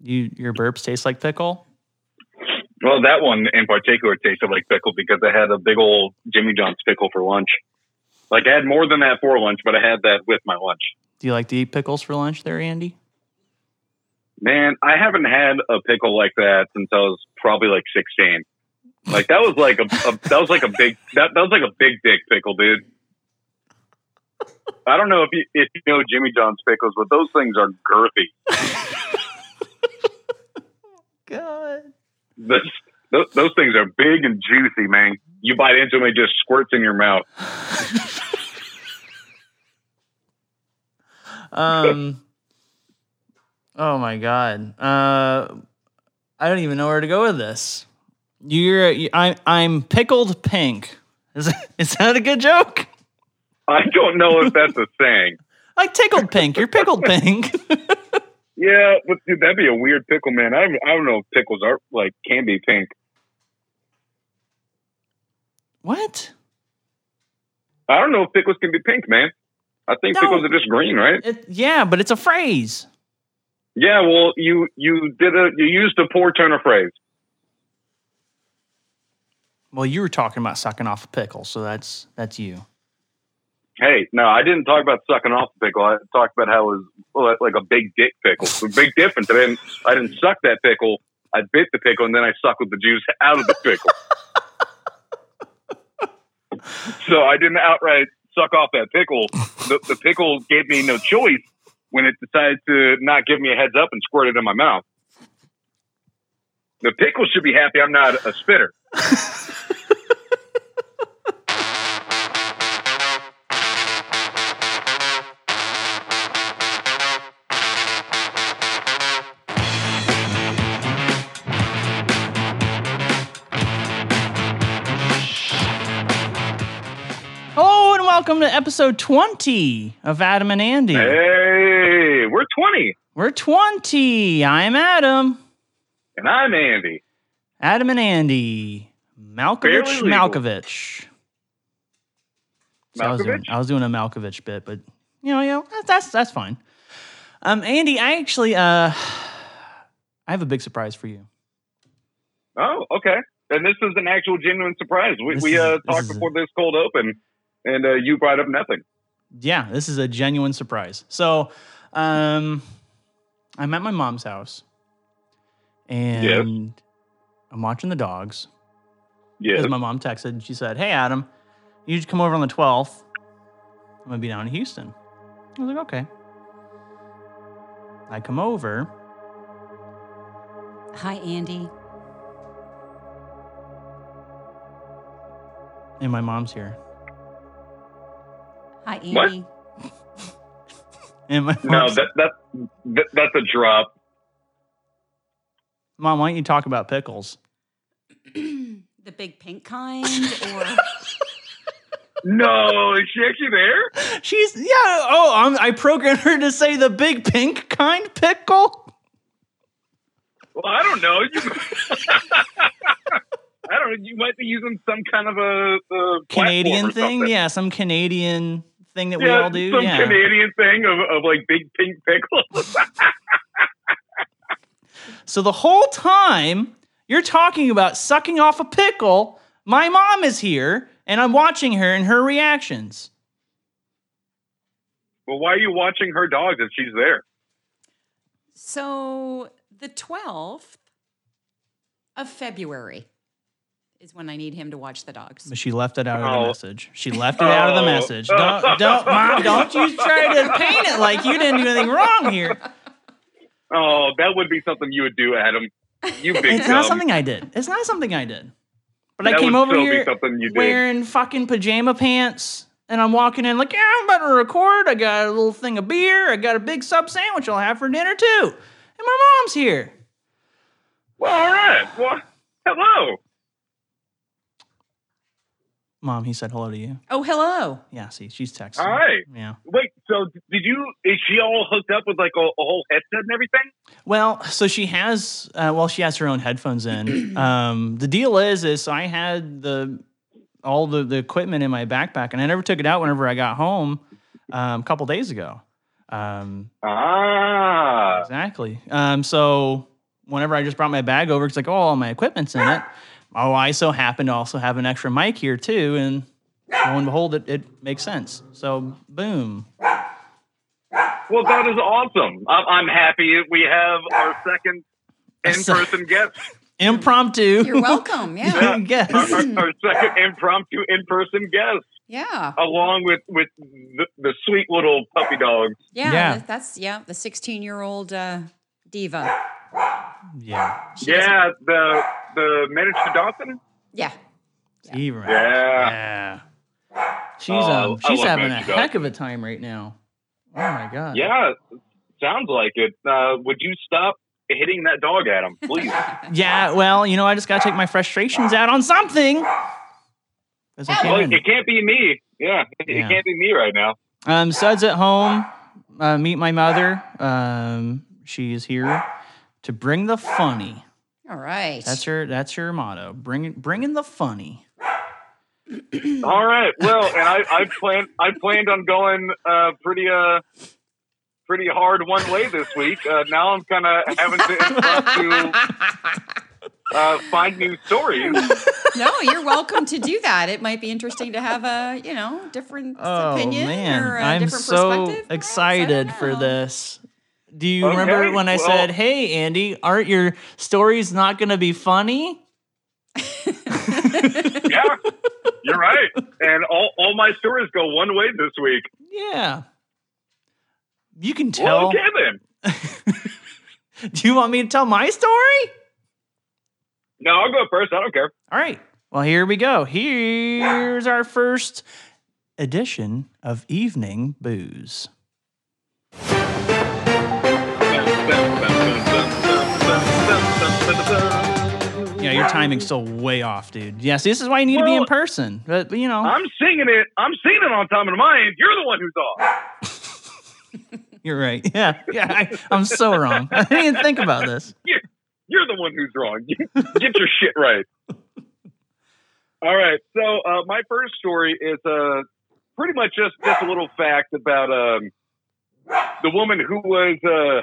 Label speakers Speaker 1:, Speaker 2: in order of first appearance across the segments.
Speaker 1: You your burps taste like pickle.
Speaker 2: Well, that one in particular tasted like pickle because I had a big old Jimmy John's pickle for lunch. Like I had more than that for lunch, but I had that with my lunch.
Speaker 1: Do you like to eat pickles for lunch, there, Andy?
Speaker 2: Man, I haven't had a pickle like that since I was probably like sixteen. Like that was like a, a that was like a big that, that was like a big dick pickle, dude. I don't know if you if you know Jimmy John's pickles, but those things are girthy.
Speaker 1: God.
Speaker 2: Those, those, those things are big and juicy, man. You bite into them, it just squirts in your mouth.
Speaker 1: Um. oh my god. Uh, I don't even know where to go with this. You're you- I I'm pickled pink. Is is that a good joke?
Speaker 2: I don't know if that's a thing.
Speaker 1: Like tickled pink. You're pickled pink.
Speaker 2: Yeah, but dude, that'd be a weird pickle, man. I don't, I don't know if pickles are like can be pink.
Speaker 1: what?
Speaker 2: I don't know if pickles can be pink, man. I think
Speaker 1: No.
Speaker 2: pickles are just green, right?
Speaker 1: It, yeah, but it's a phrase.
Speaker 2: Yeah, well, you you did a you used a poor turn of phrase.
Speaker 1: Well, you were talking about sucking off a pickle, so that's that's you.
Speaker 2: Hey, no, I didn't talk about sucking off the pickle. I talked about how it was like a big dick pickle. The big difference. I didn't, I didn't suck that pickle. I bit the pickle and then I suckled the juice out of the pickle. so I didn't outright suck off that pickle. The, the pickle gave me no choice when it decided to not give me a heads up and squirt it in my mouth. The pickle should be happy I'm not a spitter.
Speaker 1: Hello and welcome to episode 20 of Adam and Andy.
Speaker 2: Hey, we're 20
Speaker 1: We're 20. I'm Adam.
Speaker 2: and I'm Andy.
Speaker 1: Adam and Andy. Malkovich
Speaker 2: Barely legal.
Speaker 1: Malkovich. So I, was doing,
Speaker 2: Malkovich?
Speaker 1: I was doing a Malkovich bit, but you know, you know, that's that's, that's fine. Um, Andy, I actually uh I have a big surprise for you.
Speaker 2: Oh, okay. And this is an actual genuine surprise. We,
Speaker 1: This
Speaker 2: we
Speaker 1: is-
Speaker 2: uh,
Speaker 1: this
Speaker 2: talked
Speaker 1: is-
Speaker 2: before this cold open, and uh, you brought up nothing.
Speaker 1: Yeah, this is a genuine surprise. So um I'm at my mom's house and I'm watching the dogs.
Speaker 2: Yes.
Speaker 1: Because my mom texted and she said, Hey, Adam, you should come over on the 12th. I'm going to be down in Houston. I was like, Okay. I come over.
Speaker 3: Hi, Andy.
Speaker 1: And my mom's here.
Speaker 3: Hi,
Speaker 2: What?
Speaker 3: Andy.
Speaker 1: And my
Speaker 2: No,
Speaker 1: mom's-
Speaker 2: that, that that that's a drop.
Speaker 1: mom, why don't you talk about pickles?
Speaker 3: the big pink kind, or
Speaker 2: No, is she actually there?
Speaker 1: She's yeah. Oh, I'm, I programmed her to say the big pink kind pickle.
Speaker 2: Well, I don't know. You, I don't. know. You might be using some kind of a, a platform
Speaker 1: Canadian
Speaker 2: or
Speaker 1: thing,
Speaker 2: something.
Speaker 1: yeah. Some Canadian thing that we
Speaker 2: Yeah,
Speaker 1: all do.
Speaker 2: some
Speaker 1: yeah.
Speaker 2: Canadian thing of, of like big pink pickles.
Speaker 1: So the whole time you're talking about sucking off a pickle, my mom is here and I'm watching her and her reactions.
Speaker 2: well, why are you watching her dogs if she's there?
Speaker 3: so the twelfth of February is when I need him to watch the dogs.
Speaker 1: But she left it out of
Speaker 2: Oh.
Speaker 1: the message. She left it out of the
Speaker 2: Oh.
Speaker 1: message. Don't, don't, mom, don't you try to paint it like you didn't do anything wrong here.
Speaker 2: Oh, that would be something you would do, Adam. You big
Speaker 1: It's not
Speaker 2: dumb.
Speaker 1: something I did. It's not something I did. But
Speaker 2: That
Speaker 1: I came
Speaker 2: would
Speaker 1: over
Speaker 2: still be
Speaker 1: here
Speaker 2: something you did.
Speaker 1: wearing fucking pajama pants, and I'm walking in like, yeah, I'm about to record. I got a little thing of beer. I got a big sub sandwich. I'll have for dinner too. And my mom's here.
Speaker 2: Well, all right. Well, hello.
Speaker 1: Mom, he said hello to you.
Speaker 3: Oh, hello.
Speaker 1: Yeah, see, she's texting.
Speaker 2: All right.
Speaker 1: Yeah.
Speaker 2: Wait. So, did you? Is she all hooked up with like a, a whole headset and everything?
Speaker 1: Well, so she has. Uh, well, she has her own headphones in. um, the deal is, is I had the all the, the equipment in my backpack, and I never took it out whenever I got home um, a couple days ago. Um,
Speaker 2: Ah.
Speaker 1: exactly. Um, so whenever I just brought my bag over, it's like, oh, all my equipment's in it. Oh, I so happen to also have an extra mic here too, and lo and behold, it, it makes sense. So boom.
Speaker 2: Well, that is awesome. I'm, I'm happy we have our second in-person guest.
Speaker 1: Impromptu
Speaker 3: You're welcome. Yeah.
Speaker 2: Yeah.
Speaker 1: guest.
Speaker 2: Our, our- our second impromptu in-person guest,
Speaker 3: Yeah.
Speaker 2: along with with the, the sweet little puppy dog.
Speaker 3: Yeah.
Speaker 1: Yeah.
Speaker 3: that- That's, yeah, the 16 year old uh, diva.
Speaker 1: Yeah.
Speaker 3: She doesn't-
Speaker 2: Yeah, the the miniature Dawson.
Speaker 3: Yeah.
Speaker 1: He remembers.
Speaker 2: Yeah.
Speaker 1: Yeah. She's
Speaker 2: Oh,
Speaker 1: um
Speaker 2: I
Speaker 1: she's
Speaker 2: love
Speaker 1: having a
Speaker 2: Magic Dog.
Speaker 1: heck of a time right now. Oh my god.
Speaker 2: Yeah, sounds like it. Uh, would you stop hitting that dog at him, please?
Speaker 1: Yeah, well, you know, I just gotta take my frustrations out on something. 'Cause I
Speaker 2: well,
Speaker 1: can.
Speaker 2: it can't be me. Yeah, it
Speaker 1: Yeah.
Speaker 2: can't be me right now.
Speaker 1: Um, Suds at home. Uh, meet my mother. Um, she is here to bring the funny.
Speaker 3: All right.
Speaker 1: That's her. That's her motto. Bring bringing the funny.
Speaker 2: All right. Well, and I, I planned I planned on going uh, pretty uh pretty hard one way this week. Uh, now I'm kind of having to impromptu uh, find new stories.
Speaker 3: no, you're welcome to do that. It might be interesting to have a, you know, different
Speaker 1: Oh
Speaker 3: opinion
Speaker 1: man,
Speaker 3: or a
Speaker 1: I'm
Speaker 3: different
Speaker 1: so
Speaker 3: perspective. perhaps. I don't
Speaker 1: excited for
Speaker 3: know.
Speaker 1: this. Do you
Speaker 2: Okay,
Speaker 1: remember when I
Speaker 2: well-
Speaker 1: said, "Hey, Andy, aren't your stories not going to be funny?"
Speaker 2: Yeah, you're right. And all all my stories go one way this week.
Speaker 1: Yeah. You can tell.
Speaker 2: Well, okay then.
Speaker 1: Do you want me to tell my story?
Speaker 2: No, I'll go first. I don't care.
Speaker 1: All right. Well, here we go. Here's our first edition of Evening Booze. Yeah, your timing's still way off, dude. Yes, this is why you need to be in
Speaker 2: Well-
Speaker 1: person. But, but, you know,
Speaker 2: I'm singing it. I'm singing it on time and mind. You're the one who's off.
Speaker 1: you're right. Yeah, yeah. I, I'm so wrong. I didn't even think about this.
Speaker 2: You're the one who's wrong. Get your shit right. All right. So uh, my first story is uh, pretty much just just a little fact about um, the woman who was uh,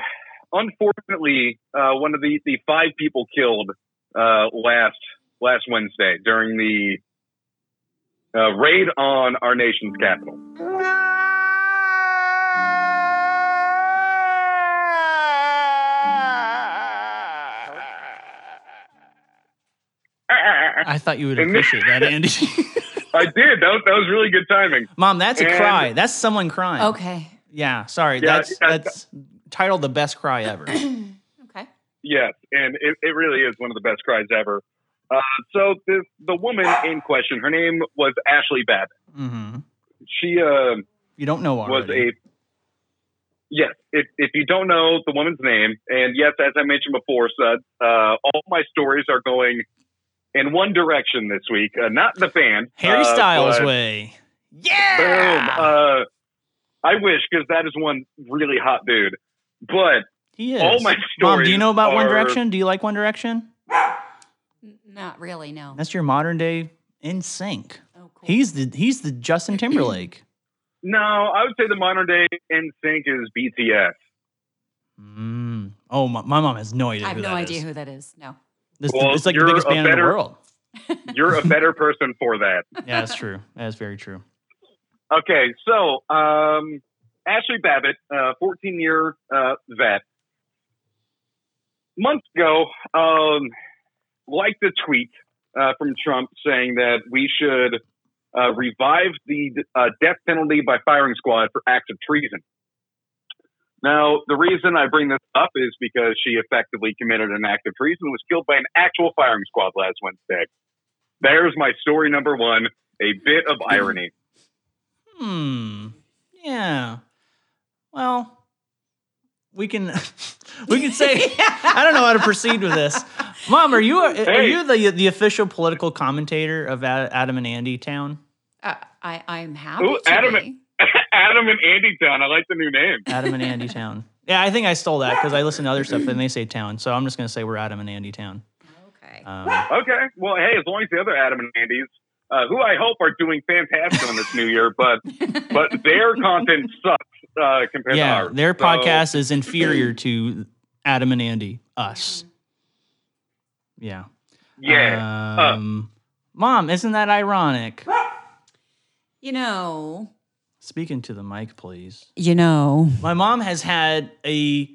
Speaker 2: unfortunately uh, one of the, the five people killed uh, last last Wednesday during the uh, raid on our nation's capital.
Speaker 1: I thought you would appreciate that, Andy.
Speaker 2: I did. That was, that was really good timing.
Speaker 1: Mom, that's a
Speaker 2: And-
Speaker 1: cry. That's someone crying.
Speaker 3: Okay.
Speaker 1: Yeah, sorry.
Speaker 2: Yeah,
Speaker 1: that's
Speaker 2: yeah,
Speaker 1: that's titled the best cry ever.
Speaker 3: Okay.
Speaker 2: Yes, and it, it really is one of the best cries ever. Uh, so this, the woman in question, her name was Ashley Babbitt.
Speaker 1: hmm
Speaker 2: She uh,
Speaker 1: You don't know
Speaker 2: was
Speaker 1: already.
Speaker 2: a yes. If, if you don't know the woman's name, and yes, as I mentioned before, Sud, uh, all my stories are going in one direction this week. Uh, not the fan,
Speaker 1: Harry
Speaker 2: uh,
Speaker 1: Styles
Speaker 2: but-
Speaker 1: way.
Speaker 2: Boom.
Speaker 1: Yeah,
Speaker 2: Uh, I wish because that is one really hot dude. But
Speaker 1: he is.
Speaker 2: all my stories.
Speaker 1: Mom, do you know about One
Speaker 2: are-
Speaker 1: Direction? Do you like One Direction?
Speaker 3: N- Not really, no.
Speaker 1: That's your modern day in sync.
Speaker 3: oh, cool.
Speaker 1: He's the he's the Justin Timberlake.
Speaker 2: No, I would say the modern day in sync is BTS.
Speaker 1: Mm. Oh, my, my mom has no idea.
Speaker 3: I have
Speaker 1: who
Speaker 3: no
Speaker 1: that
Speaker 3: idea
Speaker 1: is.
Speaker 3: who that is. No.
Speaker 1: This,
Speaker 2: Well,
Speaker 1: it's like the
Speaker 2: you're
Speaker 1: biggest
Speaker 2: a
Speaker 1: band in the
Speaker 2: better-
Speaker 1: world.
Speaker 2: You're a better person for that.
Speaker 1: Yeah, that's true. That's very true.
Speaker 2: Okay, so um, Ashley Babbitt, uh, 14 year uh, vet, months ago, um, liked a tweet uh, from Trump saying that we should uh, revive the uh, death penalty by firing squad for acts of treason. Now, the reason I bring this up is because she effectively committed an act of treason and was killed by an actual firing squad last Wednesday. There's my story number one a bit of irony.
Speaker 1: Hmm. Yeah. Well, we can we can say I don't know how to proceed with this. Mom, are you are,
Speaker 2: Hey.
Speaker 1: you the the official political commentator of Ad- Adam and Andy Town?
Speaker 3: Uh, I, I'm happy.
Speaker 2: Ooh,
Speaker 3: to
Speaker 2: Adam-
Speaker 3: be.
Speaker 2: Adam and Andy Town. I like the new name.
Speaker 1: Adam and Andy Town. Yeah, I think I stole that because I listen to other stuff and they say town, so I'm just gonna say we're Adam and Andy Town.
Speaker 3: Okay.
Speaker 1: Um,
Speaker 2: Okay. Well, hey, as long as the other Adam and Andys, uh, who I hope are doing fantastic on this new year, but but their content sucks uh, compared to
Speaker 1: yeah,
Speaker 2: ours.
Speaker 1: their
Speaker 2: So-
Speaker 1: podcast is inferior to Adam and Andy, us. Yeah.
Speaker 2: Yeah.
Speaker 1: Um, Mom, isn't that ironic?
Speaker 3: You know.
Speaker 1: Speaking to the mic, please.
Speaker 3: You know.
Speaker 1: My mom has had a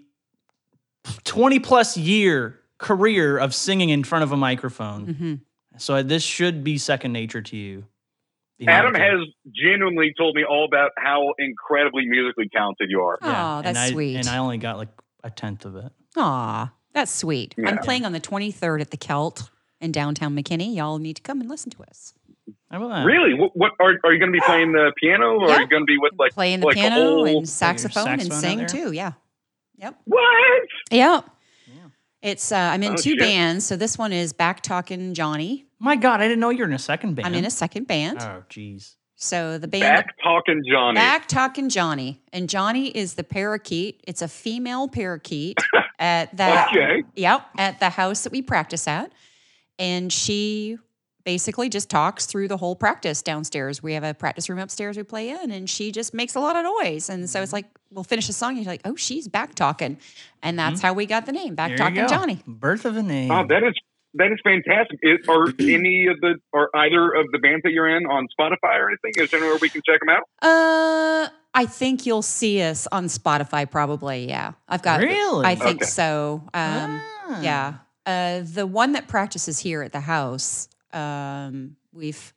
Speaker 1: 20 plus year career of singing in front of a microphone.
Speaker 3: hmm
Speaker 1: So this should be second nature to you. Being
Speaker 2: Adam
Speaker 1: able to-
Speaker 2: has genuinely told me all about how incredibly musically talented you are.
Speaker 3: Aw,
Speaker 1: and
Speaker 3: that's
Speaker 1: I-
Speaker 3: sweet.
Speaker 1: And I only got like a tenth of it.
Speaker 3: Aw, that's sweet. I'm
Speaker 2: Yeah.
Speaker 3: playing on the 23rd at the Celt in downtown McKinney. Y'all need to come and listen to us.
Speaker 1: How about that?
Speaker 2: Really? What, what are are you going to be playing the piano, or are
Speaker 3: Yeah.
Speaker 2: you going to be with like
Speaker 3: Playing the
Speaker 2: like
Speaker 3: piano
Speaker 2: whole,
Speaker 3: and saxophone, and
Speaker 1: saxophone out
Speaker 3: sing
Speaker 1: there?
Speaker 3: too. Yeah. Yep.
Speaker 2: what?
Speaker 3: Yep.
Speaker 1: Yeah.
Speaker 3: It's uh, I'm in
Speaker 2: Oh,
Speaker 3: two
Speaker 2: shit.
Speaker 3: bands, so this one is Back Talking Johnny.
Speaker 1: My God, I didn't know you were in a second band.
Speaker 3: I'm in a second band,
Speaker 1: Oh, jeez.
Speaker 3: so the band
Speaker 2: Back talking Johnny.
Speaker 3: Back Talking Johnny, and Johnny is the parakeet. It's a female parakeet at that.
Speaker 2: Okay.
Speaker 3: Yep, at the house that we practice at. And she basically just talks through the whole practice downstairs. We have a practice room upstairs we play in, and she just makes a lot of noise. And so it's
Speaker 1: Mm-hmm.
Speaker 3: like, we'll finish a song, and you're like, oh, she's back talking. And that's how we got the name, Back
Speaker 1: Mm-hmm. There you
Speaker 3: Talking
Speaker 1: go.
Speaker 3: Johnny.
Speaker 1: Birth of a name.
Speaker 2: Wow, Oh, that is that is fantastic. Is, are any of the or either of the bands that you're in on Spotify or anything? Is there anywhere we can check them out?
Speaker 3: Uh, I think you'll see us on Spotify probably. Yeah. I've got,
Speaker 1: Really?
Speaker 3: I think
Speaker 2: Okay.
Speaker 3: so. Um,
Speaker 1: Ah.
Speaker 3: Yeah. Uh, the one that practices here at the house, um, we've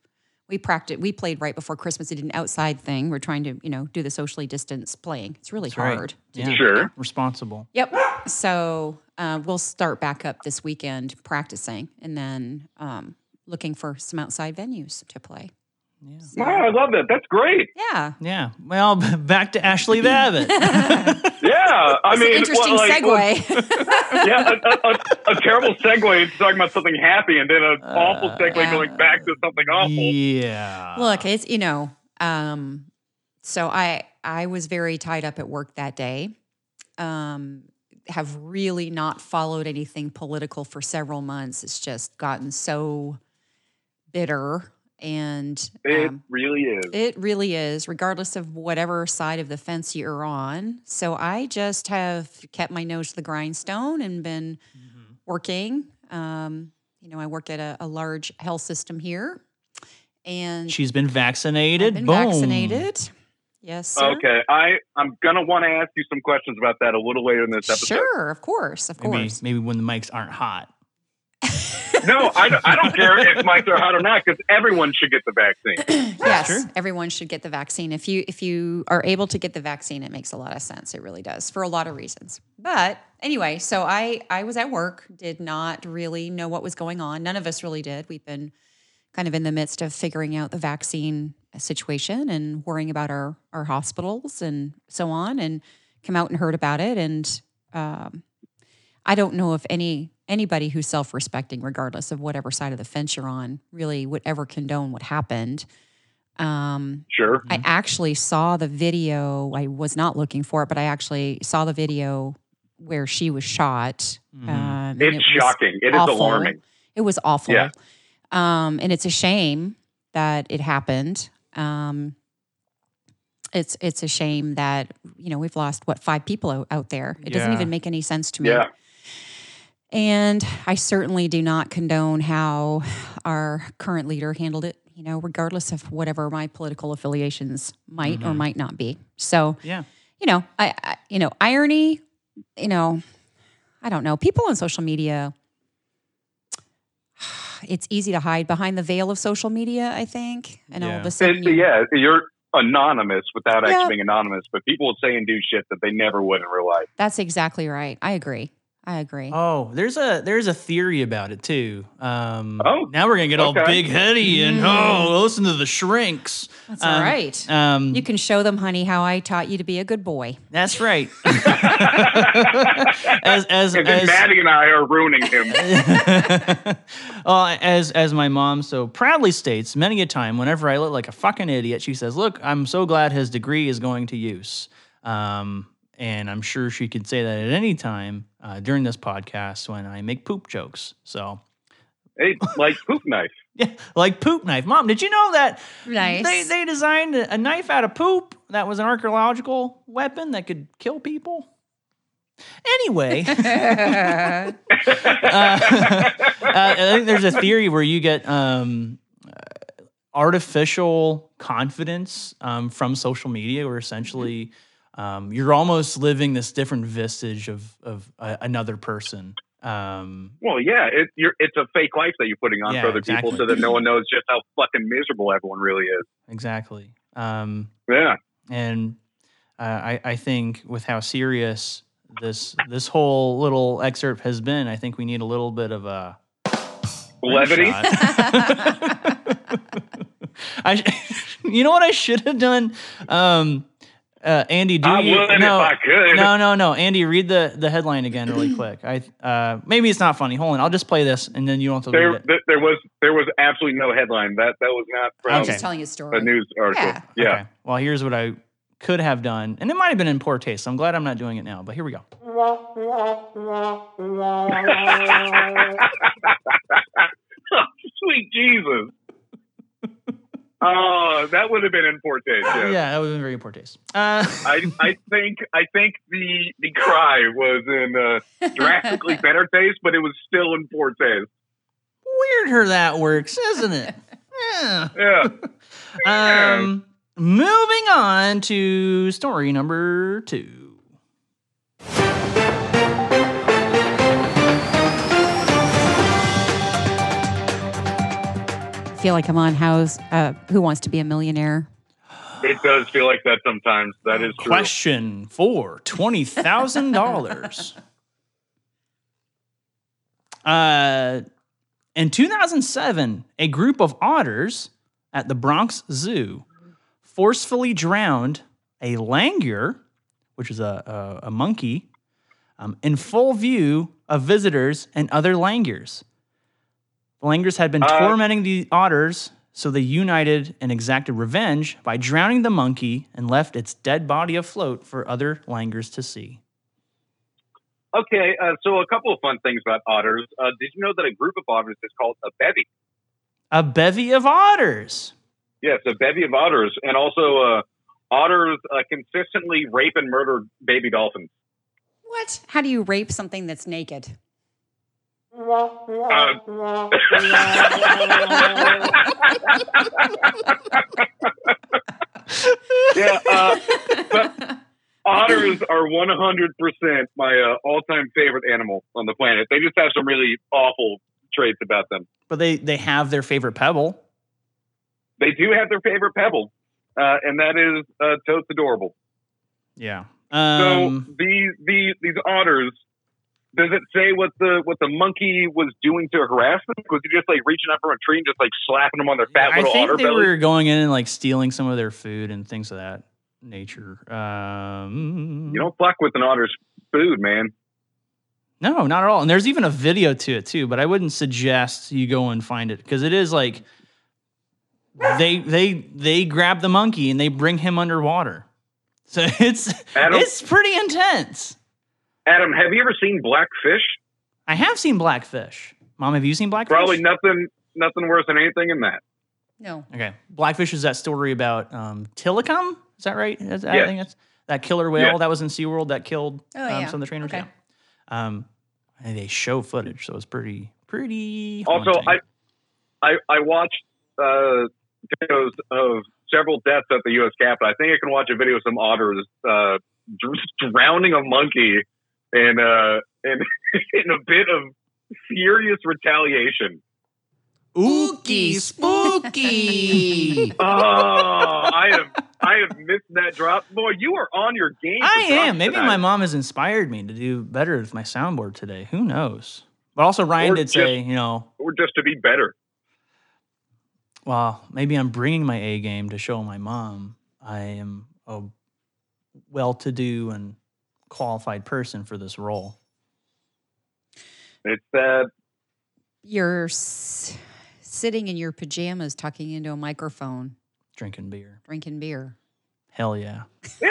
Speaker 3: we practiced. We played right before Christmas. We did an outside thing. We're trying to you know do the socially distanced playing. It's really
Speaker 1: That's right.
Speaker 3: hard. to
Speaker 1: Yeah.
Speaker 3: do.
Speaker 2: Sure.
Speaker 1: Responsible.
Speaker 3: Yep. So uh, we'll start back up this weekend practicing, and then um, looking for some outside venues to play.
Speaker 1: Yeah.
Speaker 3: So-
Speaker 2: Wow, I love that. That's great.
Speaker 3: yeah.
Speaker 1: Yeah. Well, back to Ashley Babbitt.
Speaker 2: Yeah, I
Speaker 3: It's
Speaker 2: mean,
Speaker 3: an interesting
Speaker 2: well, like, well,
Speaker 3: segue.
Speaker 2: yeah, a, a, a, a terrible segue into talking about something happy, and then an awful segue
Speaker 3: Uh, yeah.
Speaker 2: going back to something awful.
Speaker 1: yeah.
Speaker 3: Look, it's you know, um, so I I was very tied up at work that day. Um, have really not followed anything political for several months. It's just gotten so bitter, and
Speaker 2: It
Speaker 3: um,
Speaker 2: really is.
Speaker 3: it really is, regardless of whatever side of the fence you're on. So I just have kept my nose to the grindstone and been
Speaker 1: Mhm.
Speaker 3: working. Um, you know, I work at a, a large health system here, and
Speaker 1: She's been vaccinated.
Speaker 3: I've been
Speaker 1: Boom.
Speaker 3: vaccinated. Yes. Sir.
Speaker 2: Okay, I I'm gonna want to ask you some questions about that a little later in this episode.
Speaker 3: Sure, of course, of
Speaker 1: Maybe,
Speaker 3: course.
Speaker 1: maybe when the mics aren't hot.
Speaker 2: No, I, don't- I don't care if mics are hot or not because everyone should get the vaccine.
Speaker 3: yes,
Speaker 1: true.
Speaker 3: everyone should get the vaccine. If you if you are able to get the vaccine, it makes a lot of sense. It really does for a lot of reasons. But anyway, so I I was at work, did not really know what was going on. None of us really did. We've been kind of in the midst of figuring out the vaccine situation and worrying about our our hospitals and so on, and came out and heard about it. And um, I don't know if any anybody who's self respecting, regardless of whatever side of the fence you're on, really would ever condone what happened. Um,
Speaker 2: Sure.
Speaker 3: I actually saw the video. I was not looking for it, but I actually saw the video where she was shot.
Speaker 1: Mhm.
Speaker 3: Um, and
Speaker 2: It's
Speaker 3: was
Speaker 2: shocking. It is
Speaker 3: awful.
Speaker 2: alarming.
Speaker 3: It was awful.
Speaker 2: Yeah.
Speaker 3: Um, and it's a shame that it happened. Um, it's it's a shame that you know we've lost what five people out, out there. It doesn't
Speaker 1: Yeah.
Speaker 3: even make any sense to me.
Speaker 2: Yeah.
Speaker 3: And I certainly do not condone how our current leader handled it, you know, regardless of whatever my political affiliations might or
Speaker 1: Mhm.
Speaker 3: might not be. So,
Speaker 1: Yeah.
Speaker 3: you know, I, I you know, irony, you know, I don't know. People on social media it's easy to hide behind the veil of social media, I think. And all of
Speaker 1: Yeah.
Speaker 3: a sudden
Speaker 2: It-
Speaker 3: you-
Speaker 2: yeah, you're anonymous without
Speaker 3: Yeah.
Speaker 2: actually being anonymous, but people will say and do shit that they never would in real life.
Speaker 3: that's exactly right. I agree. I agree.
Speaker 1: Oh, there's a there's a theory about it too. Um,
Speaker 2: Oh,
Speaker 1: now we're gonna get all
Speaker 2: okay.
Speaker 1: big heady and
Speaker 3: Mm.
Speaker 1: oh, listen to the shrinks.
Speaker 3: that's
Speaker 1: um,
Speaker 3: all right.
Speaker 1: Um,
Speaker 3: you can show them, honey, how I taught you to be a good boy.
Speaker 1: that's right. as as,
Speaker 2: And then
Speaker 1: as
Speaker 2: Maddie and I are ruining him.
Speaker 1: well, Uh, as as my mom so proudly states, many a time whenever I look like a fucking idiot, she says, "Look, I'm so glad his degree is going to use." Um, and I'm sure she could say that at any time uh, during this podcast when I make poop jokes. So,
Speaker 2: hey, like poop knife.
Speaker 1: yeah, like poop knife. Mom, did you know that
Speaker 3: Nice.
Speaker 1: they they designed a a knife out of poop that was an archaeological weapon that could kill people? Anyway, uh, I think there's a theory where you get um, uh, artificial confidence um, from social media, where essentially um, you're almost living this different vestige of of uh, another person. Um,
Speaker 2: Well, yeah, it, you're, it's a fake life that you're putting on
Speaker 1: Yeah,
Speaker 2: for other
Speaker 1: exactly.
Speaker 2: people so that no one knows just how fucking miserable everyone really is.
Speaker 1: exactly. Um,
Speaker 2: Yeah.
Speaker 1: and uh, I, I think with how serious this this whole little excerpt has been, I think we need a little bit of a rim
Speaker 2: Levity.
Speaker 1: shot. I, sh- you know what I should have done, um, uh, Andy? Do
Speaker 2: I
Speaker 1: you,
Speaker 2: would
Speaker 1: no,
Speaker 2: if I could.
Speaker 1: no, no, no, Andy, read the the headline again really quick. I uh, maybe it's not funny. Hold on, I'll just play this, and then you don't have to read
Speaker 2: There,
Speaker 1: it.
Speaker 2: there, there was there was absolutely no headline. That that was not from
Speaker 1: Okay.
Speaker 3: Just telling you a story.
Speaker 2: a news article.
Speaker 3: Yeah.
Speaker 2: Yeah.
Speaker 1: Okay. Well, here's what I could have done, and it might have been in poor taste. I'm glad I'm not doing it now. But here we go.
Speaker 2: Sweet Jesus. Oh, that would have been in poor taste.
Speaker 1: Oh, Yeah,
Speaker 2: Yeah.
Speaker 1: that would have been very poor taste. Uh,
Speaker 2: I, I think I think the the cry was in uh, drastically better taste, but it was still in poor taste.
Speaker 1: weird how that works, isn't it? Yeah.
Speaker 2: Yeah.
Speaker 1: Um, moving on to story number two.
Speaker 3: I feel like I'm on House uh, Who Wants to Be a Millionaire.
Speaker 2: It does feel like that sometimes. That is true.
Speaker 1: Question for twenty thousand dollars. Uh, in two thousand seven, a group of otters at the Bronx Zoo forcefully drowned a langur, which is a a, a monkey, um, in full view of visitors and other langurs. The langurs had been
Speaker 2: Uh,
Speaker 1: tormenting the otters, so they united and exacted revenge by drowning the monkey and left its dead body afloat for other langurs to see.
Speaker 2: Okay, uh, so a couple of fun things about otters. Uh, did you know that a group of otters is called a bevy?
Speaker 1: A bevy of otters.
Speaker 2: Yes, a bevy of otters, and also uh, otters uh, consistently rape and murder baby dolphins.
Speaker 3: What? How do you rape something that's naked?
Speaker 2: Uh, yeah, uh, otters are 100% my uh, all-time favorite animal on the planet. They just have some really awful traits about them.
Speaker 1: But they, they have their favorite pebble.
Speaker 2: They do have their favorite pebble, uh, and that is uh, totes adorable.
Speaker 1: Yeah.
Speaker 2: So
Speaker 1: Um,
Speaker 2: these these these otters. Does it say what the what the monkey was doing to harass them? Was he just like reaching up from a tree and just like slapping them on their fat
Speaker 1: I
Speaker 2: little
Speaker 1: think
Speaker 2: otter
Speaker 1: they
Speaker 2: belly?
Speaker 1: were going in and like stealing some of their food and things of that nature. Um,
Speaker 2: You don't fuck with an otter's food, man.
Speaker 1: No, not at all. And there's even a video to it too, but I wouldn't suggest you go and find it because it is like they they they grab the monkey and they bring him underwater. So it's
Speaker 2: Adam,
Speaker 1: it's pretty intense.
Speaker 2: Adam, have you ever seen blackfish?
Speaker 1: I have seen blackfish. Mom, have you seen blackfish?
Speaker 2: Probably nothing nothing worse than anything in that.
Speaker 3: No.
Speaker 1: Okay, blackfish is that story about um, Tillicum? Is that right? Is- I
Speaker 2: Yes.
Speaker 1: think that's that killer whale
Speaker 2: Yeah.
Speaker 1: that was in SeaWorld that killed
Speaker 3: Oh,
Speaker 1: um,
Speaker 3: yeah.
Speaker 1: some of the trainers.
Speaker 3: Okay.
Speaker 1: Yeah. Um, and they show footage, so it's pretty pretty.
Speaker 2: Also,
Speaker 1: haunting.
Speaker 2: I I, I watched uh, videos of several deaths at the U.S. Capitol. I think I can watch a video of some otters uh, dr- drowning a monkey in uh, in in a bit of furious retaliation.
Speaker 1: Ookie
Speaker 3: spooky.
Speaker 2: Oh, I have I have missed that drop, boy. You are on your game. for
Speaker 1: I
Speaker 2: drops
Speaker 1: am. Maybe
Speaker 2: tonight.
Speaker 1: my mom has inspired me to do better with my soundboard today. Who knows? But also, Ryan
Speaker 2: Or
Speaker 1: did say, you know,
Speaker 2: or just to be better.
Speaker 1: well, maybe I'm bringing my A game to show my mom I am a well-to-do and qualified person for this role.
Speaker 2: It's uh,
Speaker 3: You're s- sitting in your pajamas, talking into a microphone,
Speaker 1: Drinking beer,
Speaker 3: drinking beer.
Speaker 1: hell yeah.
Speaker 2: Speaking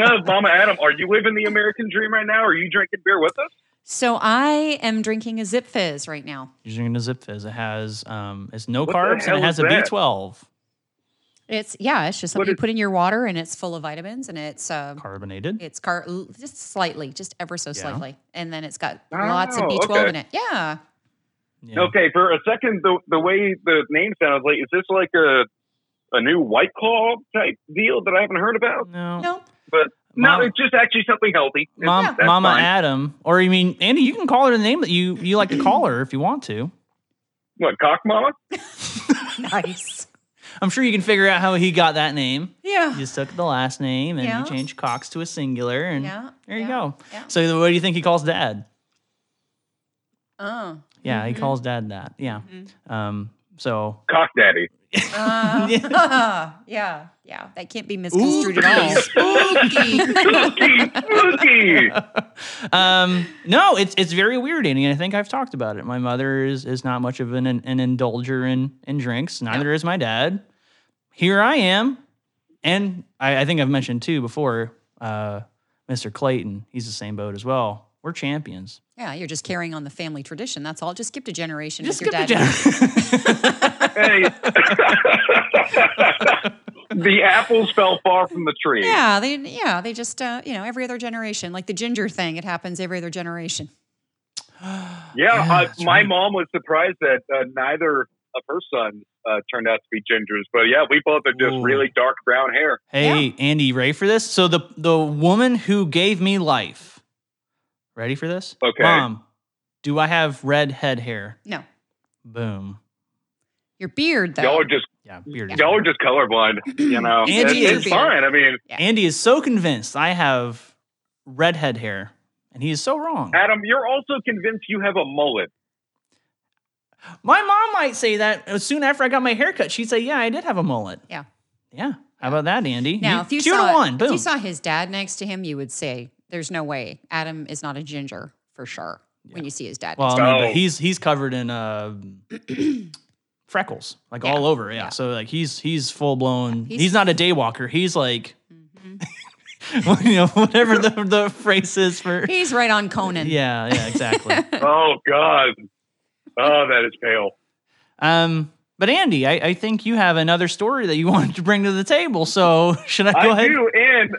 Speaker 2: of Mama Adam, are you living the American dream right now? Are you drinking beer with us?
Speaker 3: so I am drinking a Zip Fizz right now.
Speaker 1: You're drinking a Zip Fizz. It has um, it's no
Speaker 2: What the
Speaker 1: carbs and
Speaker 2: hell
Speaker 1: it
Speaker 2: is
Speaker 1: has a
Speaker 2: that?
Speaker 1: B12.
Speaker 3: It's yeah, it's just
Speaker 2: What
Speaker 3: something you put in your water and it's full of vitamins and it's uh,
Speaker 1: Carbonated.
Speaker 3: it's car l- just slightly, just ever so
Speaker 1: Yeah.
Speaker 3: slightly, and then it's got lots of
Speaker 2: Oh,
Speaker 3: B twelve
Speaker 2: okay.
Speaker 3: in it. Yeah,
Speaker 1: Yeah.
Speaker 2: Okay, for a second, the the way the name sounds like is this like a a new White Claw type deal that I haven't heard about?
Speaker 1: No.
Speaker 3: no,
Speaker 2: No,
Speaker 1: Mom-
Speaker 2: it's just actually something healthy. It's-
Speaker 1: Mom,
Speaker 2: that's
Speaker 1: Mama
Speaker 2: fine.
Speaker 1: Adam, or you mean Andy? You can call her the name that you you like to call her if you want to.
Speaker 2: what cock mama?
Speaker 3: nice.
Speaker 1: I'm sure you can figure out how he got that name. You
Speaker 3: Yeah,
Speaker 1: just took the last name and
Speaker 3: Yeah.
Speaker 1: you changed Cox to a singular, and
Speaker 3: yeah.
Speaker 1: there you
Speaker 3: yeah.
Speaker 1: go.
Speaker 3: yeah.
Speaker 1: So what do you think he calls dad?
Speaker 3: Oh,
Speaker 1: Yeah, he
Speaker 3: Mhm.
Speaker 1: calls dad that. Yeah.
Speaker 3: Mhm.
Speaker 1: Um. So
Speaker 2: Cock daddy.
Speaker 3: Uh, yeah. yeah, That can't be misconstrued at all.
Speaker 2: Spooky, spooky.
Speaker 1: um, no, it's it's very weird, Andy. And I think I've talked about it. My mother is is not much of an an indulger in in drinks. Neither is my dad. Here I am, and I, I think I've mentioned too before. Uh, Mr. Clayton, he's the same boat as well. We're champions.
Speaker 3: Yeah, you're just carrying on the family tradition. That's all. Just skipped a generation.
Speaker 1: Just
Speaker 3: with
Speaker 1: skip
Speaker 3: your
Speaker 1: the
Speaker 3: dad.
Speaker 1: gen-
Speaker 2: hey. the apples fell far from the tree.
Speaker 3: Yeah, they yeah they just uh, you know every other generation like the ginger thing. It happens every other generation.
Speaker 2: Yeah,
Speaker 1: Yeah,
Speaker 2: uh,
Speaker 1: that's
Speaker 2: my
Speaker 1: right.
Speaker 2: mom was surprised that uh, neither of her sons uh, turned out to be gingers. But yeah, we both have just
Speaker 1: Ooh.
Speaker 2: really dark brown hair.
Speaker 1: Hey, Andy, you ready for this? So the the woman who gave me life. Ready for this?
Speaker 2: Okay.
Speaker 1: Mom, do I have red head hair?
Speaker 3: No,
Speaker 1: Boom.
Speaker 3: your beard though.
Speaker 2: Y'all are just
Speaker 1: Yeah, beard. is
Speaker 2: y'all are
Speaker 1: beard.
Speaker 2: just colorblind. You know,
Speaker 1: Angie
Speaker 2: It-
Speaker 1: is
Speaker 2: it's fine. I mean,
Speaker 1: Andy is so convinced I have red head hair, and he is so wrong.
Speaker 2: Adam, you're also convinced you have a mullet.
Speaker 1: My mom might say that soon after I got my haircut. She'd say, "Yeah, I did have a mullet."
Speaker 3: Yeah.
Speaker 1: Yeah. How about that, Andy?
Speaker 3: Now, if you
Speaker 1: two
Speaker 3: saw
Speaker 1: to one, boom.
Speaker 3: if you saw his dad next to him, you would say, "There's no way Adam is not a ginger for sure." When you see his dad,
Speaker 1: well,
Speaker 3: next
Speaker 1: I mean,
Speaker 2: Oh.
Speaker 1: but he's he's covered in uh, freckles, like
Speaker 3: Yeah,
Speaker 1: all over. Yeah.
Speaker 3: yeah.
Speaker 1: So like he's he's full blown.
Speaker 3: he's-
Speaker 1: He's, not a day walker. He's like
Speaker 3: to him. Mhm.
Speaker 1: you know whatever the the phrase is for.
Speaker 3: he's right on Conan.
Speaker 1: Yeah. Yeah. Exactly.
Speaker 2: Oh God. Oh, that is pale.
Speaker 1: um. But Andy, I, I think you have another story that you wanted to bring to the table. So should I go
Speaker 2: I
Speaker 1: ahead?
Speaker 2: do, and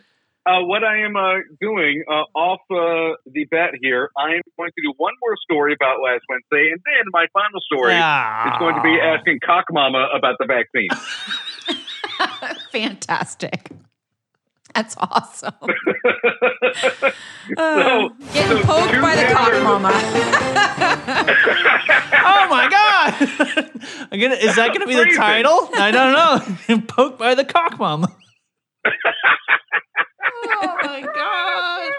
Speaker 2: uh, what I am uh, doing uh, off uh, the bat here, I am going to do one more story about last Wednesday, and then my final story
Speaker 1: Yeah.
Speaker 2: is going to be
Speaker 1: Ah.
Speaker 2: asking Cock Mama about the vaccine.
Speaker 3: Fantastic. That's awesome.
Speaker 2: So-
Speaker 3: Getting
Speaker 2: so
Speaker 3: poked
Speaker 2: two
Speaker 3: by the cock
Speaker 2: genders-
Speaker 3: mama.
Speaker 1: Oh my god! I'm gonna, is that going to be the
Speaker 2: Freezing.
Speaker 1: title? I don't know. Poked by the cock mama.
Speaker 3: oh my god.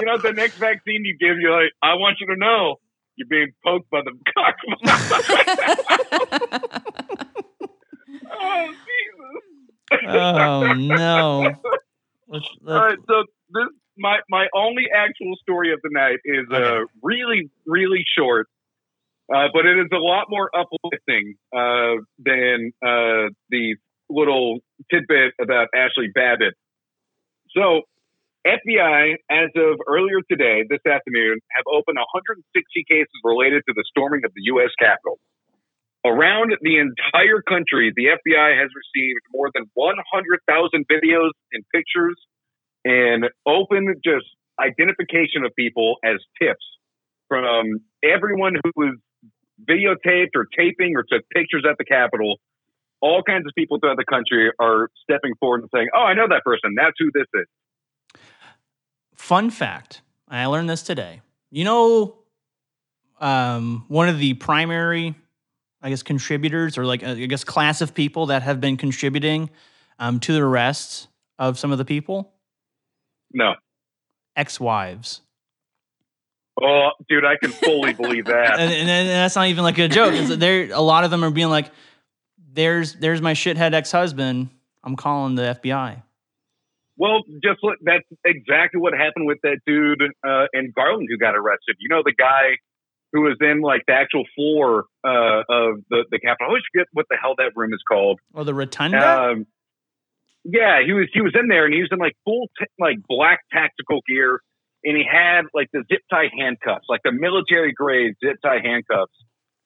Speaker 2: you know, the next vaccine you give, you're like, I want you to know you're being poked by the cock Mama. oh, Jesus.
Speaker 1: Oh no! Let's-
Speaker 2: All right,
Speaker 1: let's-
Speaker 2: so this my my only actual story of the night is uh, really really short, uh, but it is a lot more uplifting uh, than uh, the little tidbit about Ashley Babbitt. So, FBI, as of earlier today, this afternoon, have opened 160 cases related to the storming of the U.S. Capitol. Around the entire country, the FBI has received more than 100,000 videos and pictures and open just identification of people as tips from everyone who was videotaped or taping or took pictures at the Capitol. All kinds of people throughout the country are stepping forward and saying, "Oh, I know that person. That's who this is."
Speaker 1: Fun fact: and I learned this today. You know, um, one of the primary, I guess, contributors or like uh, I guess class of people that have been contributing um, to the arrests of some of the people,
Speaker 2: No,
Speaker 1: ex-wives.
Speaker 2: oh, dude, I can fully believe that.
Speaker 1: and, and, and that's not even like a joke. It's, there, a lot of them are being like, "There's, there's my shithead ex husband. I'm calling the FBI."
Speaker 2: Well, just look, that's exactly what happened with that dude uh, in Garland who got arrested. You know, the guy who was in like the actual floor uh, of the the Capitol. I always forget what the hell that room is called.
Speaker 1: Or the rotunda.
Speaker 2: Um, yeah, he was he was in there and he was in like full t- like black tactical gear, and he had like the zip tie handcuffs, like the military grade zip tie handcuffs.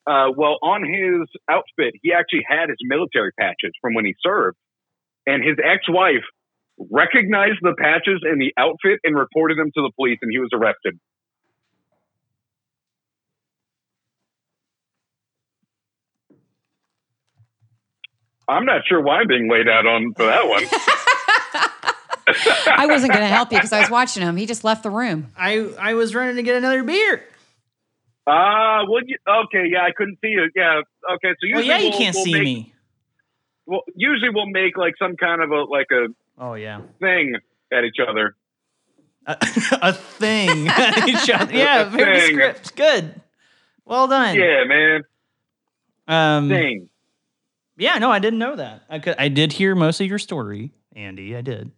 Speaker 2: Uh, well, on his outfit, he actually had his military patches from when he served, and his ex-wife recognized the patches and the outfit and reported him to the police, and he was arrested. I'm not sure why I'm being laid out on for that one.
Speaker 3: I wasn't going to help you because I was watching him. He just left the room.
Speaker 1: I I was running to get another beer.
Speaker 2: Ah, uh, would you? Okay, yeah, I couldn't see it. Yeah, okay. So
Speaker 1: Well,
Speaker 2: usually
Speaker 1: yeah, you
Speaker 2: we'll-
Speaker 1: can't
Speaker 2: we'll
Speaker 1: see
Speaker 2: make-
Speaker 1: me.
Speaker 2: Well, usually we'll make like some kind of a like a
Speaker 1: Oh yeah,
Speaker 2: thing at each other.
Speaker 1: a, a thing. at each other. Yeah,
Speaker 2: A
Speaker 1: very
Speaker 2: thing.
Speaker 1: scripts. Good. Well done.
Speaker 2: Yeah, man,
Speaker 1: Um,
Speaker 2: thing.
Speaker 1: Yeah, no, I didn't know that. I could, I did hear most of your story, Andy. I did.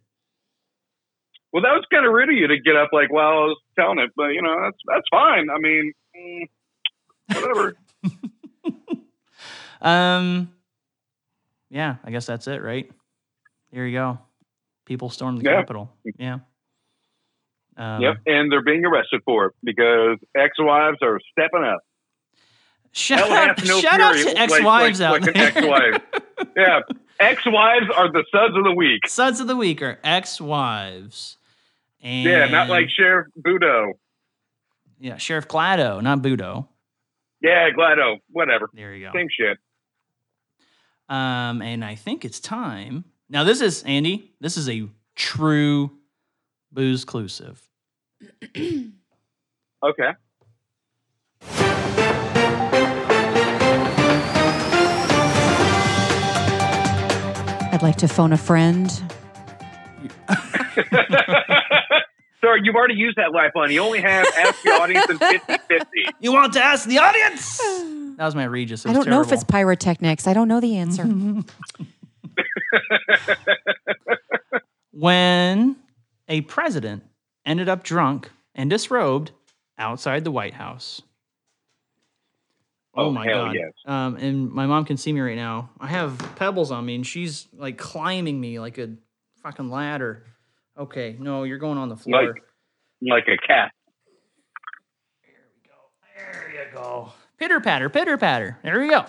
Speaker 2: Well, that was kind of rude of you to get up like while I was telling it, but you know that's that's fine. I mean, mm, whatever.
Speaker 1: Uh-huh. Um, yeah, I guess that's it, right? Here you go. People stormed the
Speaker 2: Yeah.
Speaker 1: Capitol. Yeah. Um,
Speaker 2: yep, and they're being arrested for it because ex-wives are stepping up.
Speaker 1: Shout
Speaker 2: Hell
Speaker 1: out,
Speaker 2: hath no
Speaker 1: shout
Speaker 2: fury,
Speaker 1: out to
Speaker 2: like-
Speaker 1: ex wives
Speaker 2: like,
Speaker 1: out
Speaker 2: like
Speaker 1: there.
Speaker 2: An ex-wife. yeah, ex-wives are the suds of the week.
Speaker 1: Sons of the week are ex wives. And
Speaker 2: Yeah, not like Sheriff Budo.
Speaker 1: yeah, Sheriff Glado, not Budo.
Speaker 2: Yeah, Glado. Whatever.
Speaker 1: There you go.
Speaker 2: Same shit.
Speaker 1: Um, and I think it's time. Now, this is Andy. This is a true booze clusive.
Speaker 2: Okay.
Speaker 3: I'd like to phone a friend.
Speaker 2: Sorry, you've already used that lifeline. You only have ask the audience and 50 50.
Speaker 1: You want to ask the audience? That was my Regis. It
Speaker 3: I
Speaker 1: was
Speaker 3: don't know if it's
Speaker 1: terrible. Mm-hmm.
Speaker 3: pyrotechnics. I don't know the answer.
Speaker 1: when a president ended up drunk and disrobed outside the White House. Oh,
Speaker 2: Oh,
Speaker 1: my
Speaker 2: hell
Speaker 1: god!
Speaker 2: yes.
Speaker 1: Um, and my mom can see me right now. I have pebbles on me, and she's like climbing me like a fucking ladder. Okay, no, you're going on the floor.
Speaker 2: Like- Like a cat.
Speaker 1: There you go. Pitter patter, pitter patter. There we go.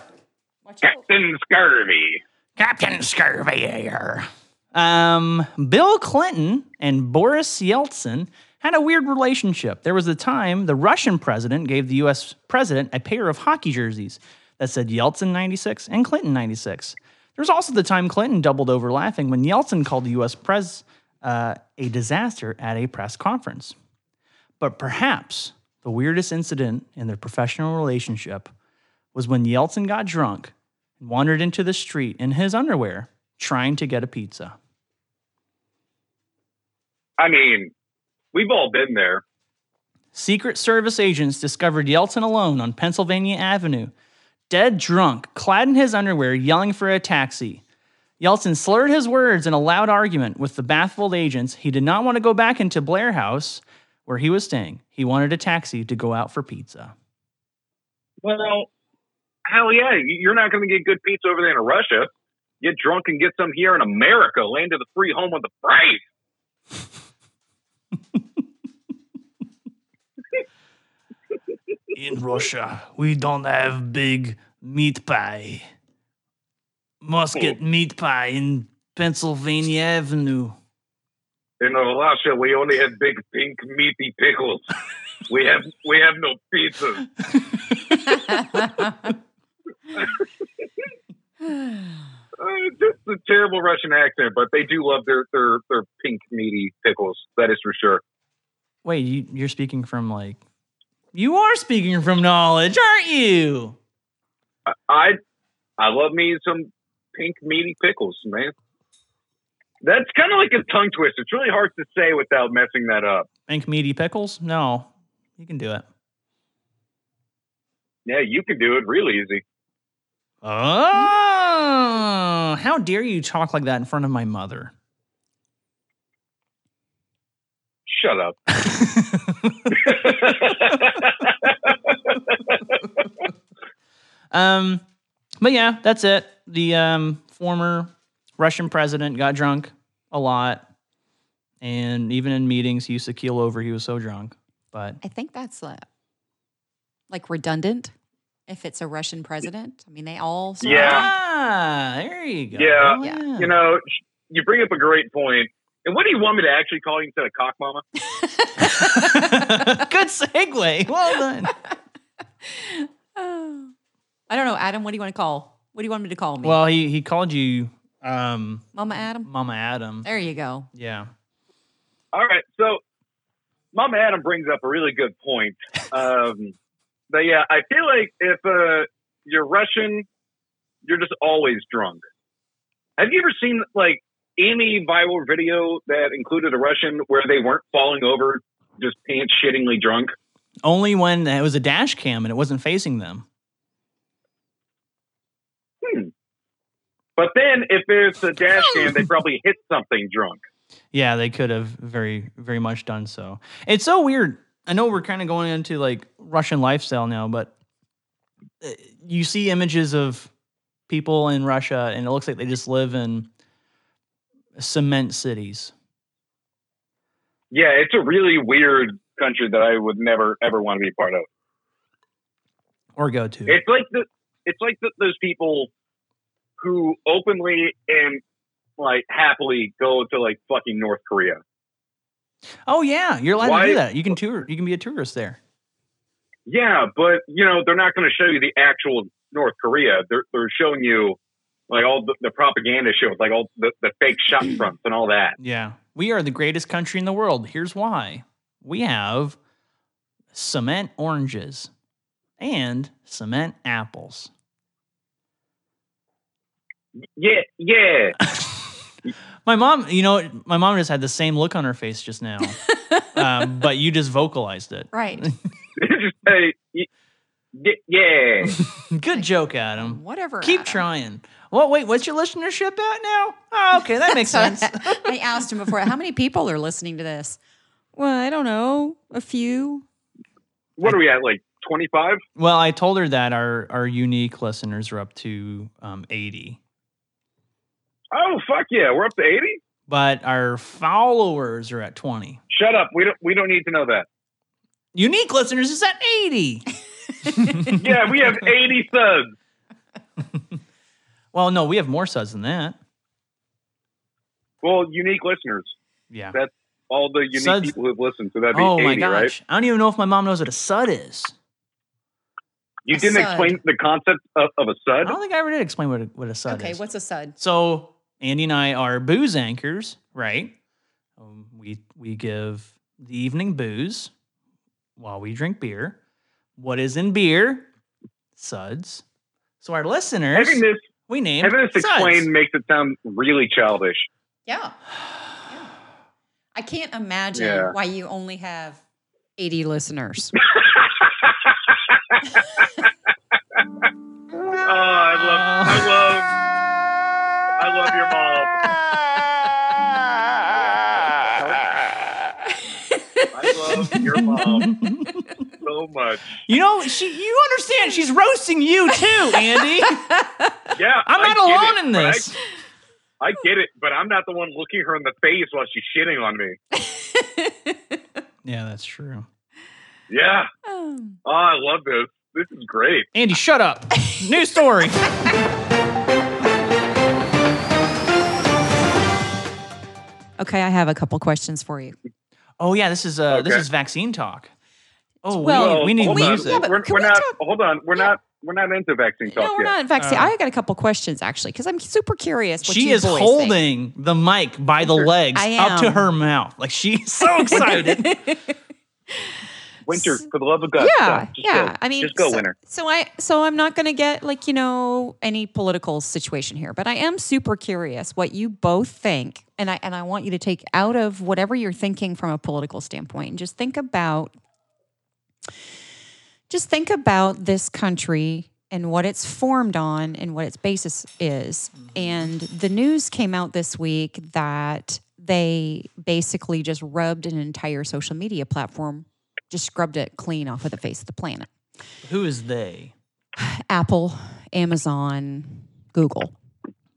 Speaker 2: Captain Scurvy.
Speaker 1: Captain Scurvy here. Um, Bill Clinton and Boris Yeltsin had a weird relationship. There was a time the Russian president gave the U.S. president a pair of hockey jerseys that said Yeltsin 96 and Clinton 96. There's also the time Clinton doubled over laughing when Yeltsin called the U.S. pres uh, a disaster at a press conference. But perhaps the weirdest incident in their professional relationship was when Yeltsin got drunk and wandered into the street in his underwear trying to get a pizza.
Speaker 2: I mean, we've all been there.
Speaker 1: Secret Service agents discovered Yeltsin alone on Pennsylvania Avenue, dead drunk, clad in his underwear, yelling for a taxi. Yeltsin slurred his words in a loud argument with the baffled agents. He did not want to go back into Blair House where he was staying. He wanted a taxi to go out for pizza.
Speaker 2: Well, hell yeah. You're not going to get good pizza over there in Russia. Get drunk and get some here in America, land of the free home of the brave.
Speaker 1: In Russia, we don't have big meat pie. Must
Speaker 2: get
Speaker 1: meat pie in Pennsylvania Avenue.
Speaker 2: In Russia, we only have big pink meaty pickles. we have we have no pizzas. Uh, just a terrible Russian accent, but they do love their their their pink meaty pickles. That is for sure.
Speaker 1: Wait, you, you're speaking from like. You are speaking from knowledge, aren't you?
Speaker 2: I I love me some pink meaty pickles, man. That's kind of like a tongue twist. It's really hard to say without messing that up.
Speaker 1: Pink meaty pickles? No, you can do it.
Speaker 2: Yeah, you can do it real easy.
Speaker 1: Oh, how dare you talk like that in front of my mother?
Speaker 2: Shut up.
Speaker 1: um, but yeah, that's it. The um, former Russian president got drunk a lot, and even in meetings, he used to keel over. He was so drunk, but
Speaker 3: I think that's uh, like redundant. if it's a Russian president. I mean, they all. sort of-
Speaker 2: Yeah.
Speaker 1: Ah, there you go.
Speaker 2: Yeah.
Speaker 3: Yeah.
Speaker 2: You know, sh- you bring up a great point. And what do you want me to actually call you instead of cock mama?
Speaker 1: Good segue. Well done.
Speaker 3: Oh. I don't know, Adam. What do you want to call? What do you want me to call me,
Speaker 1: Well, he, he called you um,
Speaker 3: Mama Adam?
Speaker 1: Mama Adam.
Speaker 3: There you go.
Speaker 1: Yeah.
Speaker 2: All right. So, Mama Adam brings up a really good point. Um, but yeah, I feel like if uh, you're Russian, you're just always drunk. Have you ever seen like any viral video that included a Russian where they weren't falling over, just pants shittingly drunk?
Speaker 1: Only when it was a dash cam and it wasn't facing them.
Speaker 2: But then if there's a dash cam, they probably hit something drunk.
Speaker 1: Yeah, they could have very, very much done so. It's so weird. I know we're kind of going into like Russian lifestyle now, but uh, you see images of people in Russia and it looks like they just live in cement cities.
Speaker 2: Yeah, it's a really weird country that I would never ever want to be a part of.
Speaker 1: Or go to.
Speaker 2: It's like the it's like the, those people who openly and like happily go to like fucking North Korea.
Speaker 1: oh yeah, you're allowed to
Speaker 2: Why-
Speaker 1: do that. You can tour. You can be a tourist there.
Speaker 2: Yeah, but you know they're not going to show you the actual North Korea. They're they're showing you like all the, the propaganda shows, like all the, the fake shot fronts and all that.
Speaker 1: Yeah. We are the greatest country in the world. Here's why. We have cement oranges and cement apples.
Speaker 2: Yeah, yeah.
Speaker 1: My mom, you know, my mom just had the same look on her face just now, um, but you just vocalized it.
Speaker 3: Right.
Speaker 2: Just say, y- y- yeah.
Speaker 1: Good joke, Adam.
Speaker 3: Whatever.
Speaker 1: Keep
Speaker 3: Adam.
Speaker 1: trying. Well, wait, what's your listenership at now? Oh, okay, that makes
Speaker 3: So
Speaker 1: sense.
Speaker 3: I, I asked him before, how many people are listening to this? Well, I don't know, a few.
Speaker 2: What are we at? Like twenty five?
Speaker 1: Well, I told her that our our unique listeners are up to um, eighty,
Speaker 2: Oh fuck yeah, we're up to eighty.
Speaker 1: but our followers are at twenty.
Speaker 2: Shut up. We don't we don't need to know that.
Speaker 1: Unique listeners is at eighty.
Speaker 2: Yeah, we have eighty subs.
Speaker 1: Well, no, we have more subs than that.
Speaker 2: Well, unique listeners.
Speaker 1: Yeah.
Speaker 2: That's all the unique
Speaker 1: Suds-
Speaker 2: people who've listened. So that'd be
Speaker 1: Oh
Speaker 2: 80,
Speaker 1: my gosh,
Speaker 2: right?
Speaker 1: I don't even know if my mom knows what a sud is.
Speaker 2: You
Speaker 3: A
Speaker 2: didn't
Speaker 3: sud.
Speaker 2: explain the concept of, of a
Speaker 1: I
Speaker 2: sud.
Speaker 1: don't think I ever did explain what a, what a sud
Speaker 3: okay,
Speaker 1: is.
Speaker 3: what's a sud?
Speaker 1: So Andy and I are booze anchors, right? Um, we we give the evening booze while we drink beer. What is in beer? Suds. So our listeners,
Speaker 2: Having this,
Speaker 1: we name
Speaker 2: having this
Speaker 1: suds.
Speaker 2: explained makes it sound really childish.
Speaker 3: Yeah. yeah. I can't imagine
Speaker 2: Yeah.
Speaker 3: why you only have 80 listeners.
Speaker 2: oh, I
Speaker 1: Ah.
Speaker 2: love, I love, I love your mom. I love your mom so much.
Speaker 1: You know, she you understand she's roasting you too, Andy.
Speaker 2: Yeah,
Speaker 1: I'm
Speaker 2: I
Speaker 1: not
Speaker 2: get
Speaker 1: alone
Speaker 2: it,
Speaker 1: in
Speaker 2: but I-
Speaker 1: this.
Speaker 2: I get it, but I'm not the one looking her in the face while she's shitting on me.
Speaker 1: Yeah, that's true.
Speaker 2: Yeah.
Speaker 3: Um,
Speaker 2: Oh, I love this. This is great.
Speaker 1: Andy, shut up. New story.
Speaker 3: okay, I have a couple questions for you.
Speaker 1: Oh yeah, this is uh this
Speaker 2: Okay.
Speaker 1: is vaccine talk. Oh,
Speaker 3: Well,
Speaker 1: we, need- we
Speaker 2: hold
Speaker 1: need
Speaker 2: on.
Speaker 1: music.
Speaker 3: Yeah, but
Speaker 2: we're
Speaker 3: can
Speaker 2: we're
Speaker 3: we
Speaker 2: not.
Speaker 3: talk-
Speaker 2: Hold on. We're
Speaker 3: Yeah.
Speaker 2: not. We're not into vaccine talk
Speaker 3: no, we're
Speaker 2: yet.
Speaker 3: not. In fact, see,
Speaker 1: Uh,
Speaker 3: I got a couple questions actually because I'm super curious. What
Speaker 1: she
Speaker 3: you
Speaker 1: is
Speaker 3: boys think.
Speaker 1: holding the mic by the legs
Speaker 3: I
Speaker 1: up to
Speaker 3: am.
Speaker 1: her mouth. Like she's so excited.
Speaker 2: Winter, for the love of God.
Speaker 3: yeah,
Speaker 2: stop. Just
Speaker 3: yeah.
Speaker 2: go.
Speaker 3: I mean,
Speaker 2: just go,
Speaker 3: so,
Speaker 2: winter.
Speaker 3: So I, so I'm not going to get like you know any political situation here, but I am super curious what you both think, and I and I want you to take out of whatever you're thinking from a political standpoint, and just think about, just think about this country and what it's formed on and what its basis is. And the news came out this week that they basically just rubbed an entire social media platform just scrubbed it clean off of the face of the planet.
Speaker 1: Who is they?
Speaker 3: Apple, Amazon, Google,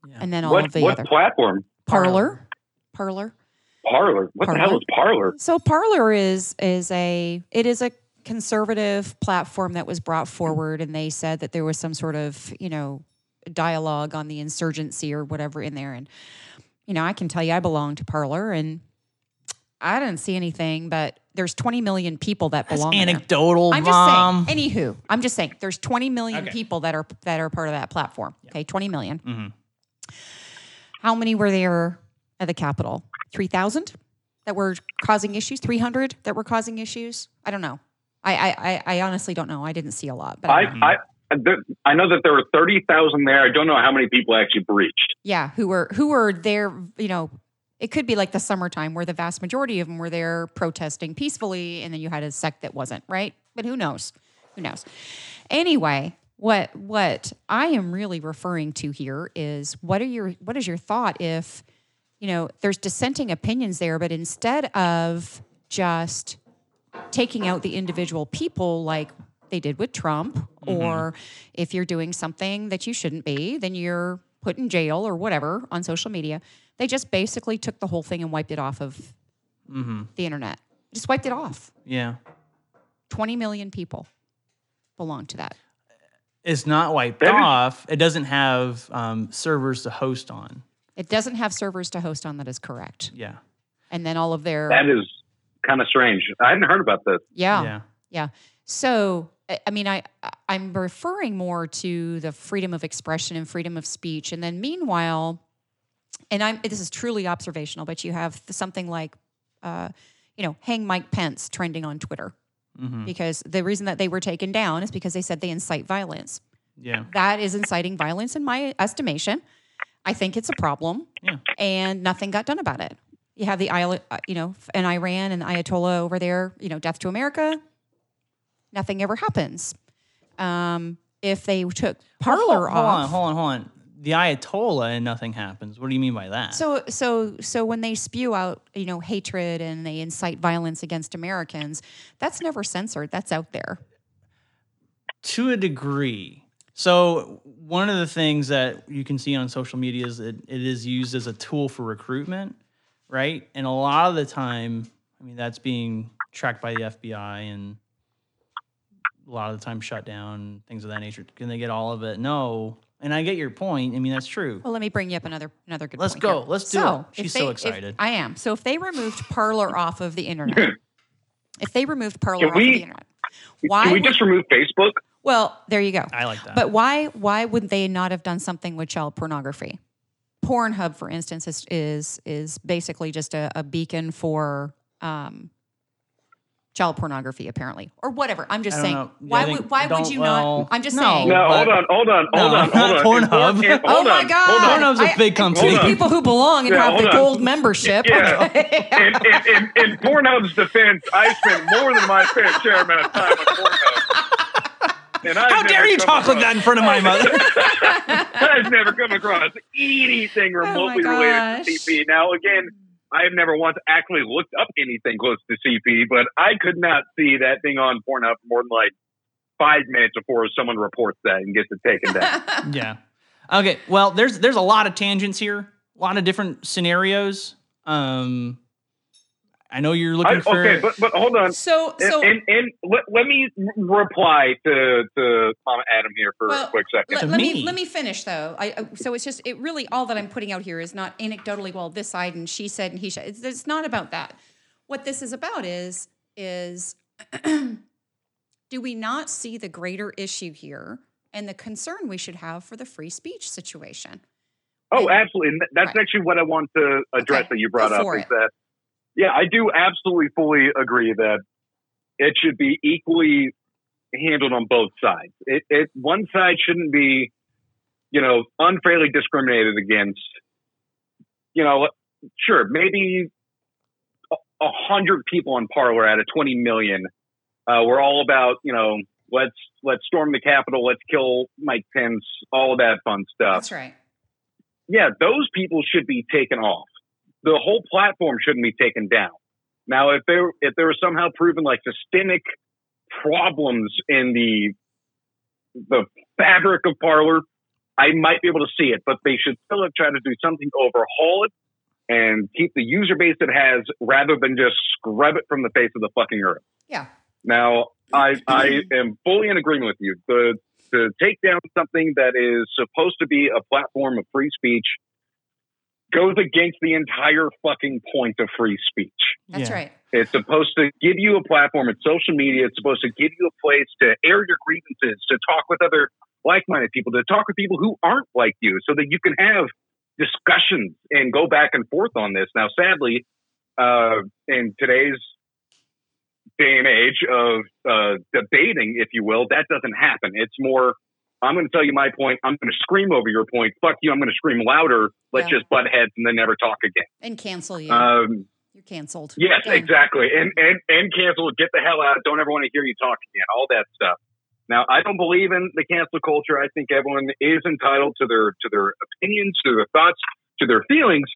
Speaker 1: Yeah.
Speaker 3: and then all of
Speaker 2: What,
Speaker 3: the
Speaker 2: what
Speaker 3: other
Speaker 2: platform?
Speaker 3: Parlor, Parlor.
Speaker 2: Parlor. What
Speaker 3: Parler?
Speaker 2: the hell is Parlor?
Speaker 3: So Parlor is is a it is a conservative platform that was brought forward, and they said that there was some sort of you know dialogue on the insurgency or whatever in there. And you know, I can tell you, I belong to Parlor, and I didn't see anything, but there's 20 million people that belong. there.
Speaker 1: Anecdotal,
Speaker 3: I'm
Speaker 1: Oh, mom.
Speaker 3: just saying. Anywho, I'm just saying. There's 20 million
Speaker 1: Okay.
Speaker 3: people that are that are part of that platform. Okay, 20 million. How many were there at the Capitol? 3,000 that were causing issues. 300 that were causing issues. I don't know. I I, I, I honestly don't know. I didn't see a lot, but I,
Speaker 2: I,
Speaker 3: don't know.
Speaker 2: I, th- I know that there were 30,000 there. I don't know how many people actually breached.
Speaker 3: yeah, who were who were there? You know. It could be like the summertime where the vast majority of them were there protesting peacefully, and then you had a sect that wasn't, right? But who knows? Who knows? anyway what what i am really referring to here is what are your what is your thought if you know there's dissenting opinions there but instead of just taking out the individual people like they did with trump or if you're doing something that you shouldn't be then you're put in jail or whatever on social media they just basically took the whole thing and wiped it off of the internet just wiped it off
Speaker 1: Yeah.
Speaker 3: 20 million people belong to that
Speaker 1: It's not wiped
Speaker 2: That is-
Speaker 1: off. It doesn't have um, servers to host on.
Speaker 3: It doesn't have servers to host on. That is correct.
Speaker 1: Yeah.
Speaker 3: And then all of their
Speaker 2: That is kind of strange. I hadn't heard about this.
Speaker 3: yeah, yeah
Speaker 1: Yeah.
Speaker 3: So I I mean, I I- I'm referring more to the freedom of expression and freedom of speech. And then meanwhile, and I'm this is truly observational, but you have something like, uh, you know, hang Mike Pence trending on Twitter
Speaker 1: hmm
Speaker 3: because the reason that they were taken down is because they said they incite violence.
Speaker 1: Yeah.
Speaker 3: that is inciting violence in my estimation. I think it's a problem,
Speaker 1: Yeah.
Speaker 3: and nothing got done about it. You have the Isle- uh, you know, and Iran and the Ayatollah over there. You know, death to America. Nothing ever happens. Um, if they took
Speaker 1: hold,
Speaker 3: parlor off,
Speaker 1: hold on, hold on, hold on. The Ayatollah and nothing happens. What do you mean by that?
Speaker 3: So so so when they spew out, you know, hatred and they incite violence against Americans, that's never censored. That's out there.
Speaker 1: to a degree. So one of the things that you can see on social media is that it is used as a tool for recruitment, right? And a lot of the time, I mean, that's being tracked by the FBI and a lot of the time shut down, things of that nature. Can they get all of it? No. And I get your point. I mean, that's true.
Speaker 3: Well, let me bring you up another another good.
Speaker 1: Let's
Speaker 3: point
Speaker 1: go.
Speaker 3: here.
Speaker 1: Let's do
Speaker 3: So,
Speaker 1: it.
Speaker 3: if
Speaker 1: She's
Speaker 3: they-
Speaker 1: so
Speaker 3: if-
Speaker 1: excited.
Speaker 3: I am. So if they removed Parlor off of the internet, if they removed Parlor
Speaker 2: Can
Speaker 3: off
Speaker 2: we-
Speaker 3: of the internet, why?
Speaker 2: Can we
Speaker 3: would-
Speaker 2: just remove Facebook?
Speaker 3: well, there you go.
Speaker 1: I like that.
Speaker 3: But why? Why would they not have done something with child pornography? Pornhub, for instance, is is, is basically just a, a beacon for um, child pornography, apparently, or whatever. I'm
Speaker 1: I
Speaker 3: just
Speaker 1: don't
Speaker 3: saying.
Speaker 1: know. Yeah, I
Speaker 3: Why would
Speaker 1: think-
Speaker 3: Why would
Speaker 1: don't-
Speaker 3: you
Speaker 1: well,
Speaker 3: not? I'm just
Speaker 1: no.
Speaker 3: saying.
Speaker 2: No,
Speaker 1: But-
Speaker 2: hold on, hold on,
Speaker 1: No,
Speaker 2: hold on, hold
Speaker 1: not
Speaker 2: on.
Speaker 1: Pornhub.
Speaker 2: Hold
Speaker 3: Oh my
Speaker 2: on,
Speaker 3: God!
Speaker 2: Hold on.
Speaker 1: Pornhub's a
Speaker 3: I-
Speaker 1: big company.
Speaker 3: There's people who belong and
Speaker 2: Yeah,
Speaker 3: have the
Speaker 2: hold on.
Speaker 3: gold membership.
Speaker 2: Yeah. In, in, in, in Pornhub's defense, I spend more than my fair share amount of time on Pornhub. And I've
Speaker 1: How
Speaker 2: never
Speaker 1: dare you
Speaker 2: come
Speaker 1: talk like
Speaker 2: across-
Speaker 1: that in front of my mother?
Speaker 2: I've never come across anything
Speaker 3: Oh my
Speaker 2: remotely related to
Speaker 3: gosh.
Speaker 2: CP. Now, again, I have never once actually looked up anything close to CP, but I could not see that thing on Pornhub for more than like five minutes before someone reports that and gets it taken down.
Speaker 1: yeah. Okay. Well, there's there's a lot of tangents here, a lot of different scenarios. Um, I know you're
Speaker 2: I,
Speaker 1: looking for.
Speaker 2: okay, but, but hold on.
Speaker 3: so
Speaker 2: And,
Speaker 3: so
Speaker 2: and, and let, let me r- reply to, to Mama Adam here for
Speaker 3: Well,
Speaker 2: a quick second.
Speaker 1: to
Speaker 3: let, let
Speaker 1: me.
Speaker 3: me let me finish though. I, I- so it's just it really all that I'm putting out here is not anecdotally. Well, this side and she said and he said. It's, it's not about that. What this is about is is do we not see the greater issue here and the concern we should have for the free speech situation?
Speaker 2: Oh, absolutely. And th- that's
Speaker 3: Right.
Speaker 2: actually what I want to address
Speaker 3: Okay,
Speaker 2: that you brought
Speaker 3: go
Speaker 2: up
Speaker 3: for
Speaker 2: is
Speaker 3: it.
Speaker 2: that, yeah, I do absolutely fully agree that it should be equally handled on both sides. It, it one side shouldn't be, you know, unfairly discriminated against. You know, sure, maybe a a hundred people on Parlor out of twenty million uh, were all about, you know, let's let's storm the Capitol, let's kill Mike Pence, all of that fun stuff
Speaker 3: That's right.
Speaker 2: yeah, those people should be taken off. The whole platform shouldn't be taken down. Now, if there if there was somehow proven like systemic problems in the the fabric of Parlor, I might be able to see it. But they should still have tried to do something, to overhaul it, and keep the user base it has, rather than just scrub it from the face of the fucking earth.
Speaker 3: Yeah.
Speaker 2: Now, I, I am fully in agreement with you. The, to take down something that is supposed to be a platform of free speech goes against the entire fucking point of free speech.
Speaker 3: That's
Speaker 1: Yeah.
Speaker 3: right.
Speaker 2: It's supposed to give you a platform. It's social media. It's supposed to give you a place to air your grievances, to talk with other like minded people, to talk with people who aren't like you, so that you can have discussions and go back and forth on this. Now, sadly, uh, in today's day and age of uh, debating, if you will, that doesn't happen. It's more, I'm going to tell you my point. I'm going to scream over your point. Fuck you. I'm going to scream louder. Let's
Speaker 3: Yeah.
Speaker 2: just butt heads and then never talk again.
Speaker 3: And cancel you.
Speaker 2: Um,
Speaker 3: You're canceled.
Speaker 2: Yes,
Speaker 3: Done.
Speaker 2: exactly. And and and cancel. Get the hell out. Don't ever want to hear you talk again. All that stuff. Now, I don't believe in the cancel culture. I think everyone is entitled to their to their opinions, to their thoughts, to their feelings.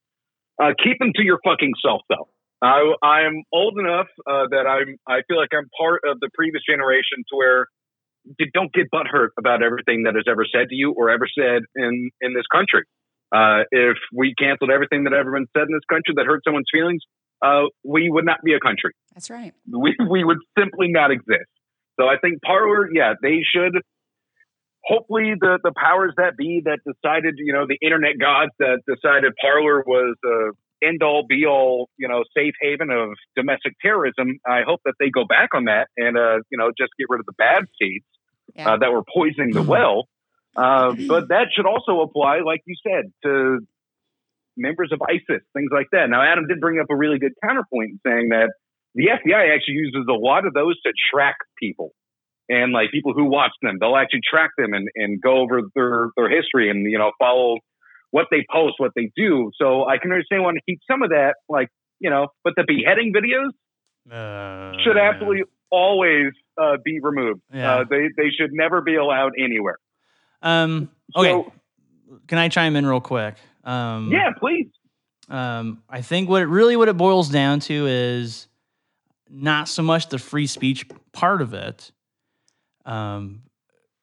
Speaker 2: Uh, keep them to your fucking self, though. I I'm old enough uh, that I'm I feel like I'm part of the previous generation to where you don't get butthurt about everything that is ever said to you or ever said in in this country. Uh, if we canceled everything that ever been said in this country that hurt someone's feelings uh, we would not be a country.
Speaker 3: That's right.
Speaker 2: We, we would simply not exist. So I think Parlor, yeah, they should. Hopefully, the, the powers that be that decided, you know, the internet gods that decided Parlor was the end all be all, you know, safe haven of domestic terrorism. I hope that they go back on that and, uh, you know, just get rid of the bad seeds
Speaker 3: Yeah.
Speaker 2: uh, that were poisoning the well. Uh, but that should also apply, like you said, to members of ISIS, things like that. Now, Adam did bring up a really good counterpoint in saying that the FBI actually uses a lot of those to track people and like people who watch them. They'll actually track them and, and go over their, their history and, you know, follow what they post, what they do. So I can understand wanting to keep some of that, like, you know, but the beheading videos
Speaker 1: Uh,
Speaker 2: should absolutely always uh, be removed.
Speaker 1: Yeah.
Speaker 2: Uh, they, they should never be allowed anywhere.
Speaker 1: Um, okay.
Speaker 2: So-
Speaker 1: Can I chime in real quick? Um,
Speaker 2: Yeah, please.
Speaker 1: Um, I think what it really what it boils down to is not so much the free speech part of it. Um,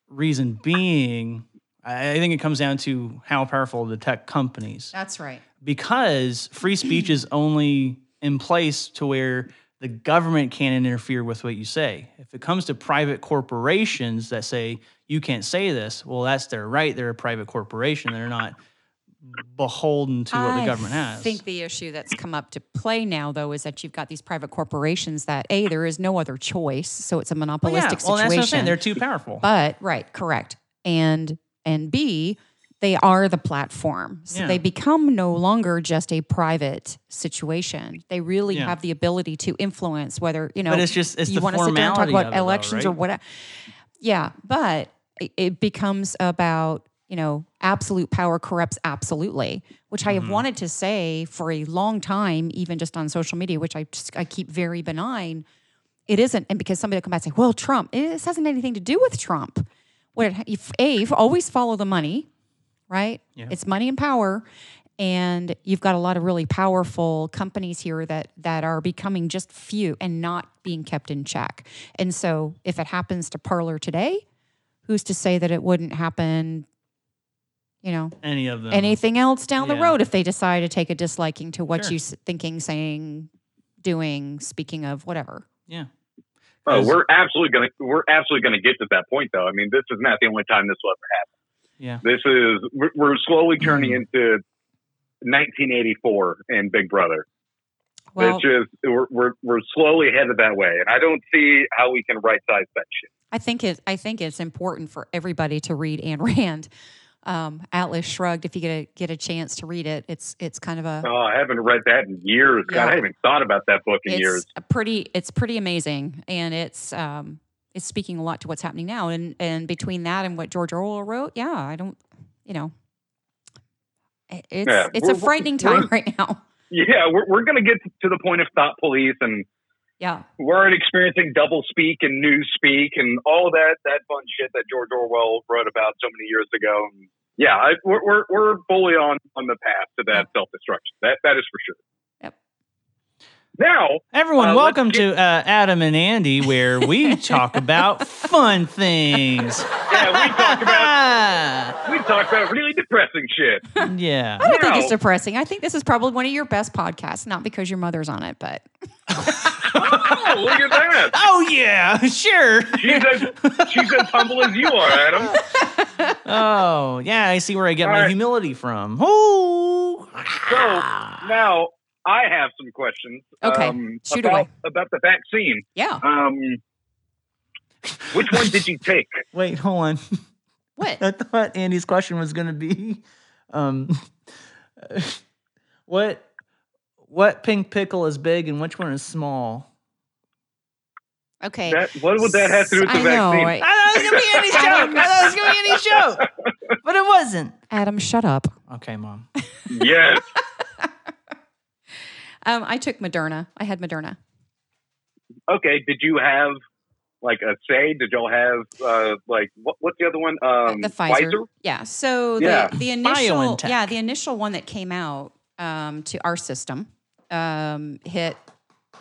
Speaker 1: reason being, I, I think it comes down to how powerful the tech companies
Speaker 3: That's right.
Speaker 1: because free speech is only in place to where the government can't interfere with what you say. If it comes to private corporations that say you can't say this, well, that's their right. They're a private corporation. They're not beholden to what the government
Speaker 3: I
Speaker 1: has.
Speaker 3: think the issue that's come up to play now, though, is that you've got these private corporations that a there is no other choice, so it's a
Speaker 1: Well, yeah.
Speaker 3: monopolistic
Speaker 1: Well, that's what I'm
Speaker 3: situation.
Speaker 1: saying. They're too powerful.
Speaker 3: but right, correct, and and b they are the platform, so
Speaker 1: Yeah.
Speaker 3: they become no longer just a private situation. They really
Speaker 1: Yeah.
Speaker 3: have the ability to influence whether you know.
Speaker 1: But it's just it's
Speaker 3: you
Speaker 1: the
Speaker 3: want to
Speaker 1: formality
Speaker 3: sit down and talk
Speaker 1: of it,
Speaker 3: about
Speaker 1: though,
Speaker 3: elections or
Speaker 1: right?
Speaker 3: what? Yeah, but it, it becomes about you know absolute power corrupts absolutely, which I
Speaker 1: Mm-hmm.
Speaker 3: have wanted to say for a long time, even just on social media, which I just, I keep very benign. It isn't, and because somebody will come back and say, "Well, Trump," eh, this hasn't anything to do with Trump. What it, if a always follow the money, right?
Speaker 1: Yeah.
Speaker 3: It's money and power. And you've got a lot of really powerful companies here that that are becoming just few and not being kept in check. And so if it happens to Parlor today, who's to say that it wouldn't happen, you know,
Speaker 1: Any of them.
Speaker 3: anything else down the
Speaker 1: Yeah.
Speaker 3: road if they decide to take a disliking to what
Speaker 1: Sure.
Speaker 3: you s- thinking, saying, doing, speaking of, whatever.
Speaker 1: Yeah.
Speaker 2: Oh,
Speaker 1: Is-
Speaker 2: we're absolutely gonna we're absolutely gonna get to that point though. I mean, this is not the only time this will ever
Speaker 1: Yeah.
Speaker 2: happen. This is we're- we're slowly turning
Speaker 3: Mm.
Speaker 2: into 1984 and Big Brother.
Speaker 3: Well,
Speaker 2: it's just we're, we're we're slowly headed that way, and I don't see how we can right size that shit.
Speaker 3: I think it. I think it's important for everybody to read Ayn Rand. Um, Atlas Shrugged. If you get a get a chance to read it, it's it's kind of a
Speaker 2: Oh, I haven't read that in years. God, I
Speaker 3: Yeah.
Speaker 2: haven't thought about that book in
Speaker 3: it's
Speaker 2: years.
Speaker 3: a pretty it's pretty amazing, and it's um, it's speaking a lot to what's happening now. And and between that and what George Orwell wrote, yeah, I don't, you know, it- it's
Speaker 2: Yeah,
Speaker 3: it's
Speaker 2: we're-
Speaker 3: a
Speaker 2: we're-
Speaker 3: frightening
Speaker 2: we're-
Speaker 3: time right now.
Speaker 2: Yeah, we're we're gonna get to the point of thought police, and
Speaker 3: Yeah,
Speaker 2: we're already experiencing double speak and news speak and all that that fun shit that George Orwell wrote about so many years ago. And yeah, I, we're, we're we're fully on on the path to that self destruction. That that is for sure. Now,
Speaker 1: Everyone,
Speaker 2: Uh, let's
Speaker 1: welcome to uh, Adam and Andy, where we talk about fun things.
Speaker 2: yeah, we talk about
Speaker 1: yeah.
Speaker 2: we talk about really depressing shit.
Speaker 3: I don't think it's
Speaker 2: No.
Speaker 3: depressing. I think this is probably one of your best podcasts, not because your mother's on it, but
Speaker 2: Oh, look at that!
Speaker 1: Oh yeah, sure.
Speaker 2: She's as she's as humble as you are, Adam.
Speaker 1: Oh yeah, I see where I get
Speaker 2: All
Speaker 1: my
Speaker 2: right.
Speaker 1: humility from. Oh.
Speaker 2: So now I have some questions.
Speaker 3: Okay,
Speaker 2: um,
Speaker 3: shoot
Speaker 2: about,
Speaker 3: away.
Speaker 2: about the vaccine.
Speaker 3: yeah.
Speaker 2: Um, which one did you take?
Speaker 1: Wait, hold on.
Speaker 3: What?
Speaker 1: I thought Andy's question was going to be, um, what what pink pickle is big and which one is small?
Speaker 3: Okay.
Speaker 2: That, what would that have to do with the
Speaker 3: I
Speaker 2: vaccine?
Speaker 3: know.
Speaker 1: I
Speaker 3: right?
Speaker 1: thought it was going to be Andy's joke. I thought it was going to be Andy's joke, but it wasn't.
Speaker 3: Adam, shut up.
Speaker 1: Okay, mom.
Speaker 2: Yes.
Speaker 3: Um, I took Moderna. I had Moderna.
Speaker 2: Okay. Did you have like a say? Did y'all have uh, like what, what's the other one? Um,
Speaker 3: the Pfizer. Yeah. So the,
Speaker 2: Yeah.
Speaker 3: the initial
Speaker 1: BioNTech.
Speaker 3: yeah, the initial one that came out um, to our system um, hit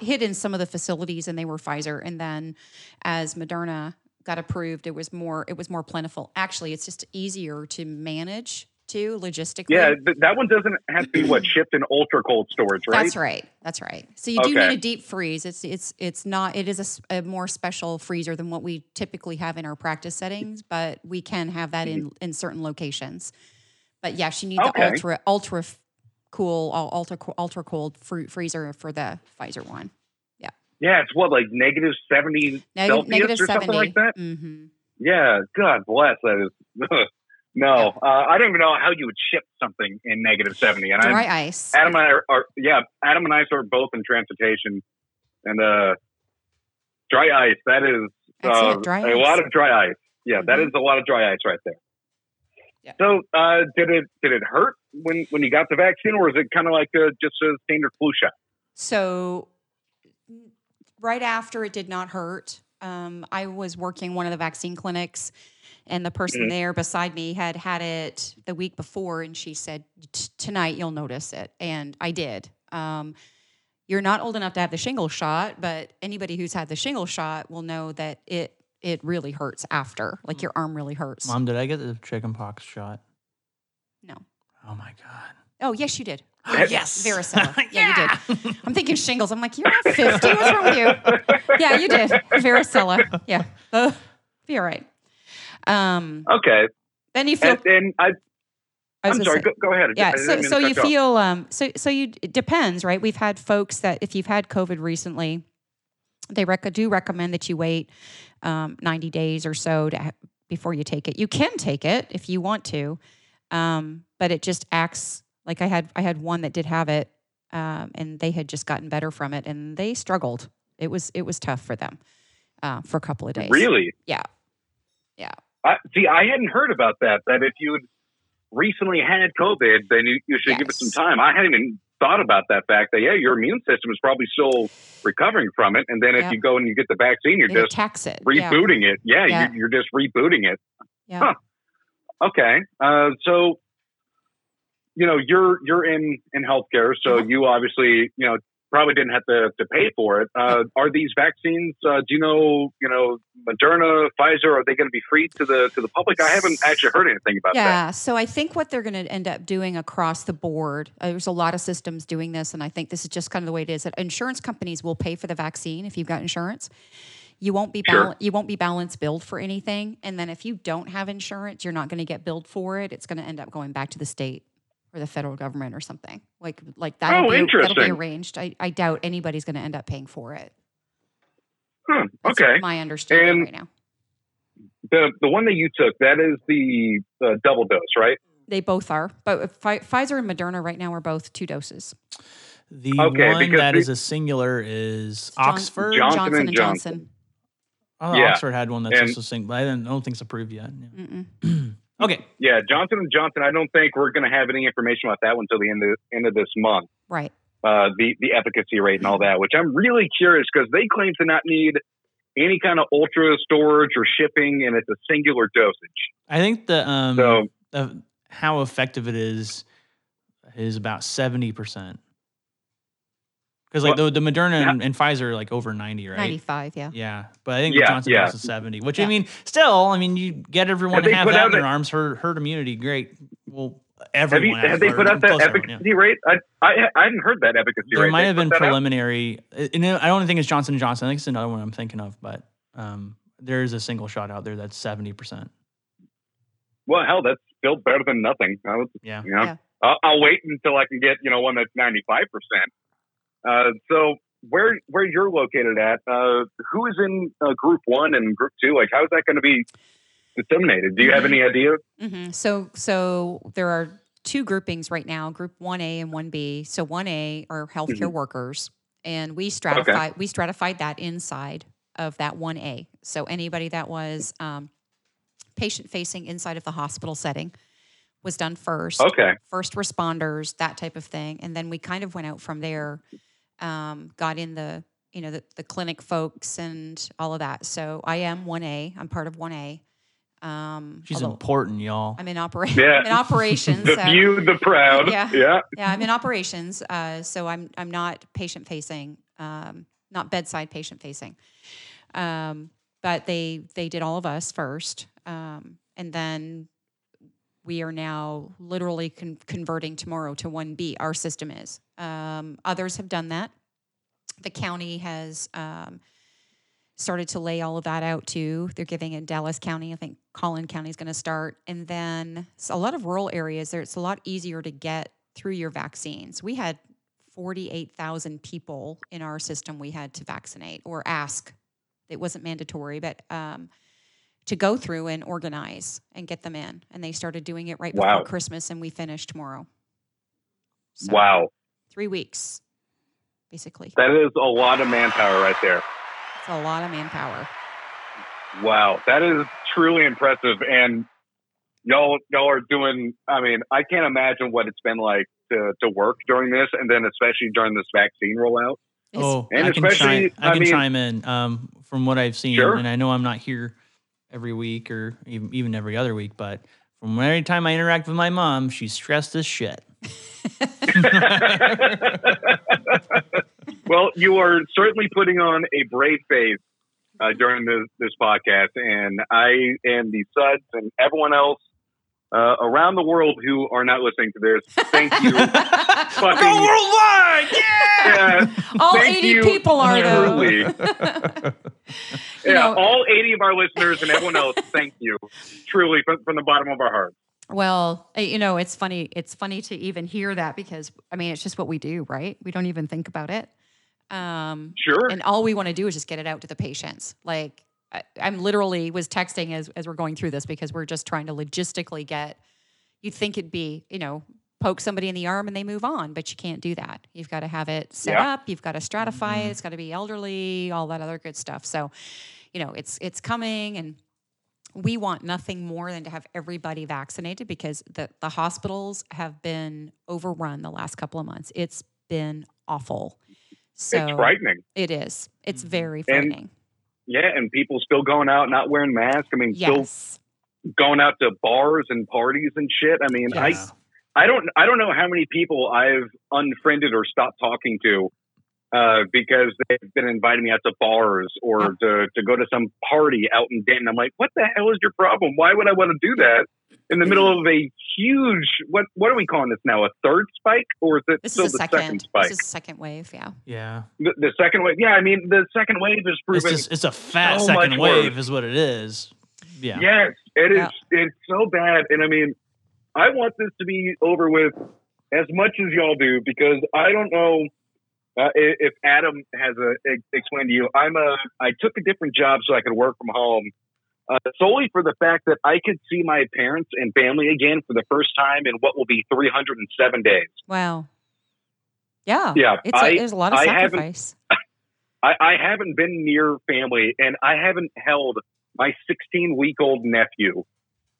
Speaker 3: hit in some of the facilities and they were Pfizer and then as Moderna got approved it was more it was more plentiful. Actually, it's just easier to manage too logistically.
Speaker 2: Yeah, th- that one doesn't have to be what shipped in ultra cold storage, right?
Speaker 3: That's right. That's right. So you do
Speaker 2: Okay.
Speaker 3: need a deep freeze. It's it's it's not. It is a s- a, more special freezer than what we typically have in our practice settings, but we can have that in in certain locations. But yeah, she needs
Speaker 2: Okay.
Speaker 3: the ultra ultra f- cool ul- ultra co- ultra cold fruit freezer for the Pfizer one.
Speaker 2: Yeah, it's what like negative seventy
Speaker 3: Neg-
Speaker 2: Celsius
Speaker 3: negative
Speaker 2: or something like that.
Speaker 3: Mm-hmm.
Speaker 2: Yeah, God bless. That is no. Uh, I don't even know how you would ship something in negative seventy. And
Speaker 3: Dry
Speaker 2: I,
Speaker 3: ice.
Speaker 2: Adam and I are, are yeah, Adam and I are both in transportation, and uh, dry ice. That is
Speaker 3: That's
Speaker 2: uh,
Speaker 3: it, dry
Speaker 2: a
Speaker 3: ice.
Speaker 2: lot of dry ice. Yeah, that
Speaker 3: Mhm.
Speaker 2: is a lot of dry ice right there.
Speaker 3: Yeah.
Speaker 2: So uh, did it did it hurt when when you got the vaccine, or is it kind of like uh just a standard flu shot?
Speaker 3: So right after it did not hurt, um, I was working one of the vaccine clinics, and the person
Speaker 2: Mhm.
Speaker 3: there beside me had had it the week before, and she said, "T- "Tonight you'll notice it," and I did. Um, you're not old enough to have the shingle shot, but anybody who's had the shingle shot will know that it it really hurts after, like your arm really hurts.
Speaker 1: Mom, did I get the chicken pox shot?
Speaker 3: No.
Speaker 1: Oh my god.
Speaker 3: Oh yes, you did.
Speaker 1: yes.
Speaker 3: Varicella. Yeah, you did. I'm thinking shingles. I'm like, you're not 50. What's wrong with you? Yeah, you did. Varicella. Yeah. Uh, be all right. Um,
Speaker 2: Okay,
Speaker 3: then you feel.
Speaker 2: and, and I,
Speaker 3: I
Speaker 2: I'm
Speaker 3: was gonna
Speaker 2: sorry.
Speaker 3: say-
Speaker 2: Go, go ahead. I
Speaker 3: yeah.
Speaker 2: didn't
Speaker 3: So,
Speaker 2: mean to
Speaker 3: so
Speaker 2: cut
Speaker 3: you
Speaker 2: off.
Speaker 3: feel. Um, so, so you. It depends, right? We've had folks that if you've had COVID recently, they rec- do recommend that you wait um, 90 days or so to ha- before you take it. You can take it if you want to, um, but it just acts like I had. I had one that did have it, um, and they had just gotten better from it, and they struggled. It was it was tough for them uh, for a couple of days.
Speaker 2: Really?
Speaker 3: Yeah. Yeah.
Speaker 2: I, see, I hadn't heard about that. That if you had recently had COVID, then you, you should give it some
Speaker 3: Yes.
Speaker 2: time. I hadn't even thought about that fact that yeah, your immune system is probably still recovering from it, and then if
Speaker 3: Yeah.
Speaker 2: you go and you get the vaccine, you're
Speaker 3: It
Speaker 2: just
Speaker 3: attacks it. Yeah.
Speaker 2: rebooting it. Yeah,
Speaker 3: Yeah.
Speaker 2: You, you're just rebooting it.
Speaker 3: Yeah.
Speaker 2: Huh. Okay, uh, so you know you're you're in in healthcare, so
Speaker 3: Uh-huh.
Speaker 2: you obviously you know probably didn't have to, to pay for it. Uh, are these vaccines? Uh, do you know you know Moderna, Pfizer? Are they going to be free to the to the public? I haven't actually heard anything about that.
Speaker 3: yeah, so I think what they're going to end up doing across the board, uh, there's a lot of systems doing this, and I think this is just kind of the way it is. That insurance companies will pay for the vaccine if you've got insurance. You won't be
Speaker 2: Sure.
Speaker 3: bal- you won't be balance billed for anything, and then if you don't have insurance, you're not going to get billed for it. It's going to end up going back to the state or the federal government or something like like that.
Speaker 2: Oh,
Speaker 3: That'll be
Speaker 2: interesting.
Speaker 3: arranged. I, I doubt anybody's going to end up paying for it.
Speaker 2: Hmm,
Speaker 3: That's
Speaker 2: okay,
Speaker 3: my understanding
Speaker 2: And-
Speaker 3: right now.
Speaker 2: the the one that you took that is the uh, double dose, right?
Speaker 3: They both are, but Pfi- Pfizer and Moderna right now are both two doses.
Speaker 1: The
Speaker 2: Okay,
Speaker 1: one
Speaker 2: because
Speaker 1: that
Speaker 2: the-
Speaker 1: is a singular is
Speaker 3: John-
Speaker 1: Oxford.
Speaker 2: Johnson
Speaker 3: Johnson
Speaker 2: and
Speaker 3: and Johnson.
Speaker 1: Oh,
Speaker 2: Yeah.
Speaker 1: Oxford had one that's
Speaker 2: And-
Speaker 1: also single. I don't I don't think it's approved yet. Yeah.
Speaker 3: Mm-mm.
Speaker 1: Okay.
Speaker 2: Yeah, Johnson and Johnson. I don't think we're going to have any information about that one until the end of end of this month.
Speaker 3: Right.
Speaker 2: uh, the the efficacy rate and all that, which I'm really curious because they claim to not need any kind of ultra storage or shipping, and it's a singular dosage.
Speaker 1: I think the um
Speaker 2: So
Speaker 1: uh, how effective it is is about seventy percent. because like the, the Moderna and, and Pfizer are like over ninety, right?
Speaker 3: 95, yeah.
Speaker 1: Yeah, but I think
Speaker 2: Yeah,
Speaker 1: the Johnson
Speaker 2: yeah.
Speaker 1: yeah. is seventy. Which
Speaker 3: Yeah.
Speaker 1: I mean, still, I mean, you get everyone
Speaker 2: Have
Speaker 1: to
Speaker 2: they
Speaker 1: have
Speaker 2: put
Speaker 1: that
Speaker 2: out
Speaker 1: in their
Speaker 2: a-
Speaker 1: arms, herd, herd immunity. Great. Well,
Speaker 2: Have, you,
Speaker 1: everyone. has
Speaker 2: have they
Speaker 1: or
Speaker 2: put out that
Speaker 1: close to everyone, yeah.
Speaker 2: efficacy rate? I, I I hadn't heard that efficacy
Speaker 1: There
Speaker 2: rate.
Speaker 1: might
Speaker 2: They
Speaker 1: have
Speaker 2: put
Speaker 1: been
Speaker 2: that out?
Speaker 1: preliminary. I I know- I don't think it's Johnson and Johnson. I think it's another one I'm thinking of, but um, there is a single shot out there that's seventy percent.
Speaker 2: Well, hell, that's still better than nothing. I was,
Speaker 1: Yeah.
Speaker 2: you know,
Speaker 3: Yeah.
Speaker 2: I'll, I'll wait until I can get you know one that's ninety five percent. Uh, So where where you're located at? Uh, who is in uh, Group One and Group Two? Like, how is that going to be disseminated? Do you have
Speaker 1: Mm.
Speaker 2: any idea?
Speaker 3: hmm So, so there are two groupings right now: Group One A and One B. So, One A are healthcare workers, and we stratified we stratified that inside of that One A. So, anybody that was um, patient facing inside of the hospital setting was done first
Speaker 2: Okay,
Speaker 3: first responders, that type of thing. And then we kind of went out from there, um, got in the you know the, the clinic folks and all of that. So I am one A. I'm part of one A. Um,
Speaker 1: She's
Speaker 3: although
Speaker 1: important, y'all.
Speaker 3: I'm in operation.
Speaker 2: Yeah.
Speaker 3: I'm in operations.
Speaker 2: the
Speaker 3: so-
Speaker 2: few, the proud.
Speaker 3: Yeah.
Speaker 2: yeah.
Speaker 3: yeah, I'm in operations, uh, so I'm I'm not patient facing, um, not bedside patient facing. Um, but they they did all of us first, um, and then we are now literally con- converting tomorrow to one B. Our system is. Um, others have done that. The county has. Um, started to lay all of that out too. They're giving in Dallas County. I think Collin County is going to start, and then s- a lot of rural areas. There, it's a lot easier to get through your vaccines. We had forty-eight thousand people in our system we had to vaccinate or ask. It wasn't mandatory, but um, to go through and organize and get them in, and they started doing it right before
Speaker 2: Wow.
Speaker 3: Christmas, and we finish tomorrow. So,
Speaker 2: Wow,
Speaker 3: three weeks, basically.
Speaker 2: that is a lot of manpower right there.
Speaker 3: It's a lot of manpower.
Speaker 2: Wow, that is truly impressive, and y'all y'all are doing. I mean, I can't imagine what it's been like to to work during this, and then especially during this vaccine rollout.
Speaker 3: It's-
Speaker 1: Oh,
Speaker 2: And
Speaker 1: I can,
Speaker 2: especially,
Speaker 1: chime, I
Speaker 2: I
Speaker 1: can
Speaker 2: mean-
Speaker 1: chime in um, from what I've seen,
Speaker 2: Sure.
Speaker 1: and I know I'm not here every week or even, even every other week, but from every time I interact with my mom, she's stressed as shit.
Speaker 2: well, you are certainly putting on a brave face uh, during this, this podcast, and I and the suds and everyone else uh, around the world who are not listening to this. Thank you, fucking.
Speaker 1: worldwide,
Speaker 2: Yeah,
Speaker 3: All
Speaker 2: Thank
Speaker 3: 80
Speaker 2: you,
Speaker 3: people are though.
Speaker 2: truly. Yeah,
Speaker 3: You know-
Speaker 2: all 80 of our listeners and everyone else, thank you. Truly, from, from the bottom of our hearts.
Speaker 3: Well, eh, you know, it's funny. It's funny to even hear that because I mean, it's just what we do, right? We don't even think about it. Um,
Speaker 2: Sure.
Speaker 3: and all we want to do is just get it out to the patients. Like I, I'm literally was texting as as we're going through this because we're just trying to logistically get. You'd think it'd be you know poke somebody in the arm and they move on, but you can't do that. You've got to have it set
Speaker 2: Yeah. Mm-hmm.
Speaker 3: up. You've got to stratify it. It's got to be elderly, all that other good stuff. So, you know, it's it's coming and we want nothing more than to have everybody vaccinated because the, the hospitals have been overrun the last couple of months. It's been awful. So
Speaker 2: it's frightening.
Speaker 3: It is. It's
Speaker 1: Mhm.
Speaker 3: very frightening.
Speaker 2: Yeah, and people still going out, not wearing masks. I mean,
Speaker 3: yes.
Speaker 2: still going out to bars and parties and shit. I mean, I I don't I don't know how many people I've unfriended or stopped talking to uh, because they've been inviting me out to bars or to, to go to some party out in Denton. I'm like, what the hell is your problem? Why would I want to do that in the middle of a huge what what are we calling this now? A third spike or is it
Speaker 3: This
Speaker 2: still
Speaker 3: is a
Speaker 2: the
Speaker 3: second.
Speaker 2: spike?
Speaker 3: This is a second wave. Yeah.
Speaker 1: yeah.
Speaker 2: the, the second wave. Yeah, I mean the second wave is
Speaker 1: It's
Speaker 2: proven.
Speaker 1: just it's a fat
Speaker 2: so
Speaker 1: second
Speaker 2: much
Speaker 1: wave,
Speaker 2: worse.
Speaker 1: is what it is. Yeah.
Speaker 2: Yes, it is.
Speaker 3: Yeah.
Speaker 2: It's so bad, and I mean, I want this to be over with as much as y'all do because I don't know uh, i- if Adam has a, ex- explained to you. I'm a. I took a different job so I could work from home. Uh, solely for the fact that I could see my parents and family again for the first time in what will be 307 days.
Speaker 3: Wow. Yeah.
Speaker 2: Yeah,
Speaker 3: It's a
Speaker 2: I-
Speaker 3: there's a lot of
Speaker 2: I haven't-
Speaker 3: sacrifice.
Speaker 2: I, I haven't been near family, and I haven't held my 16 week old nephew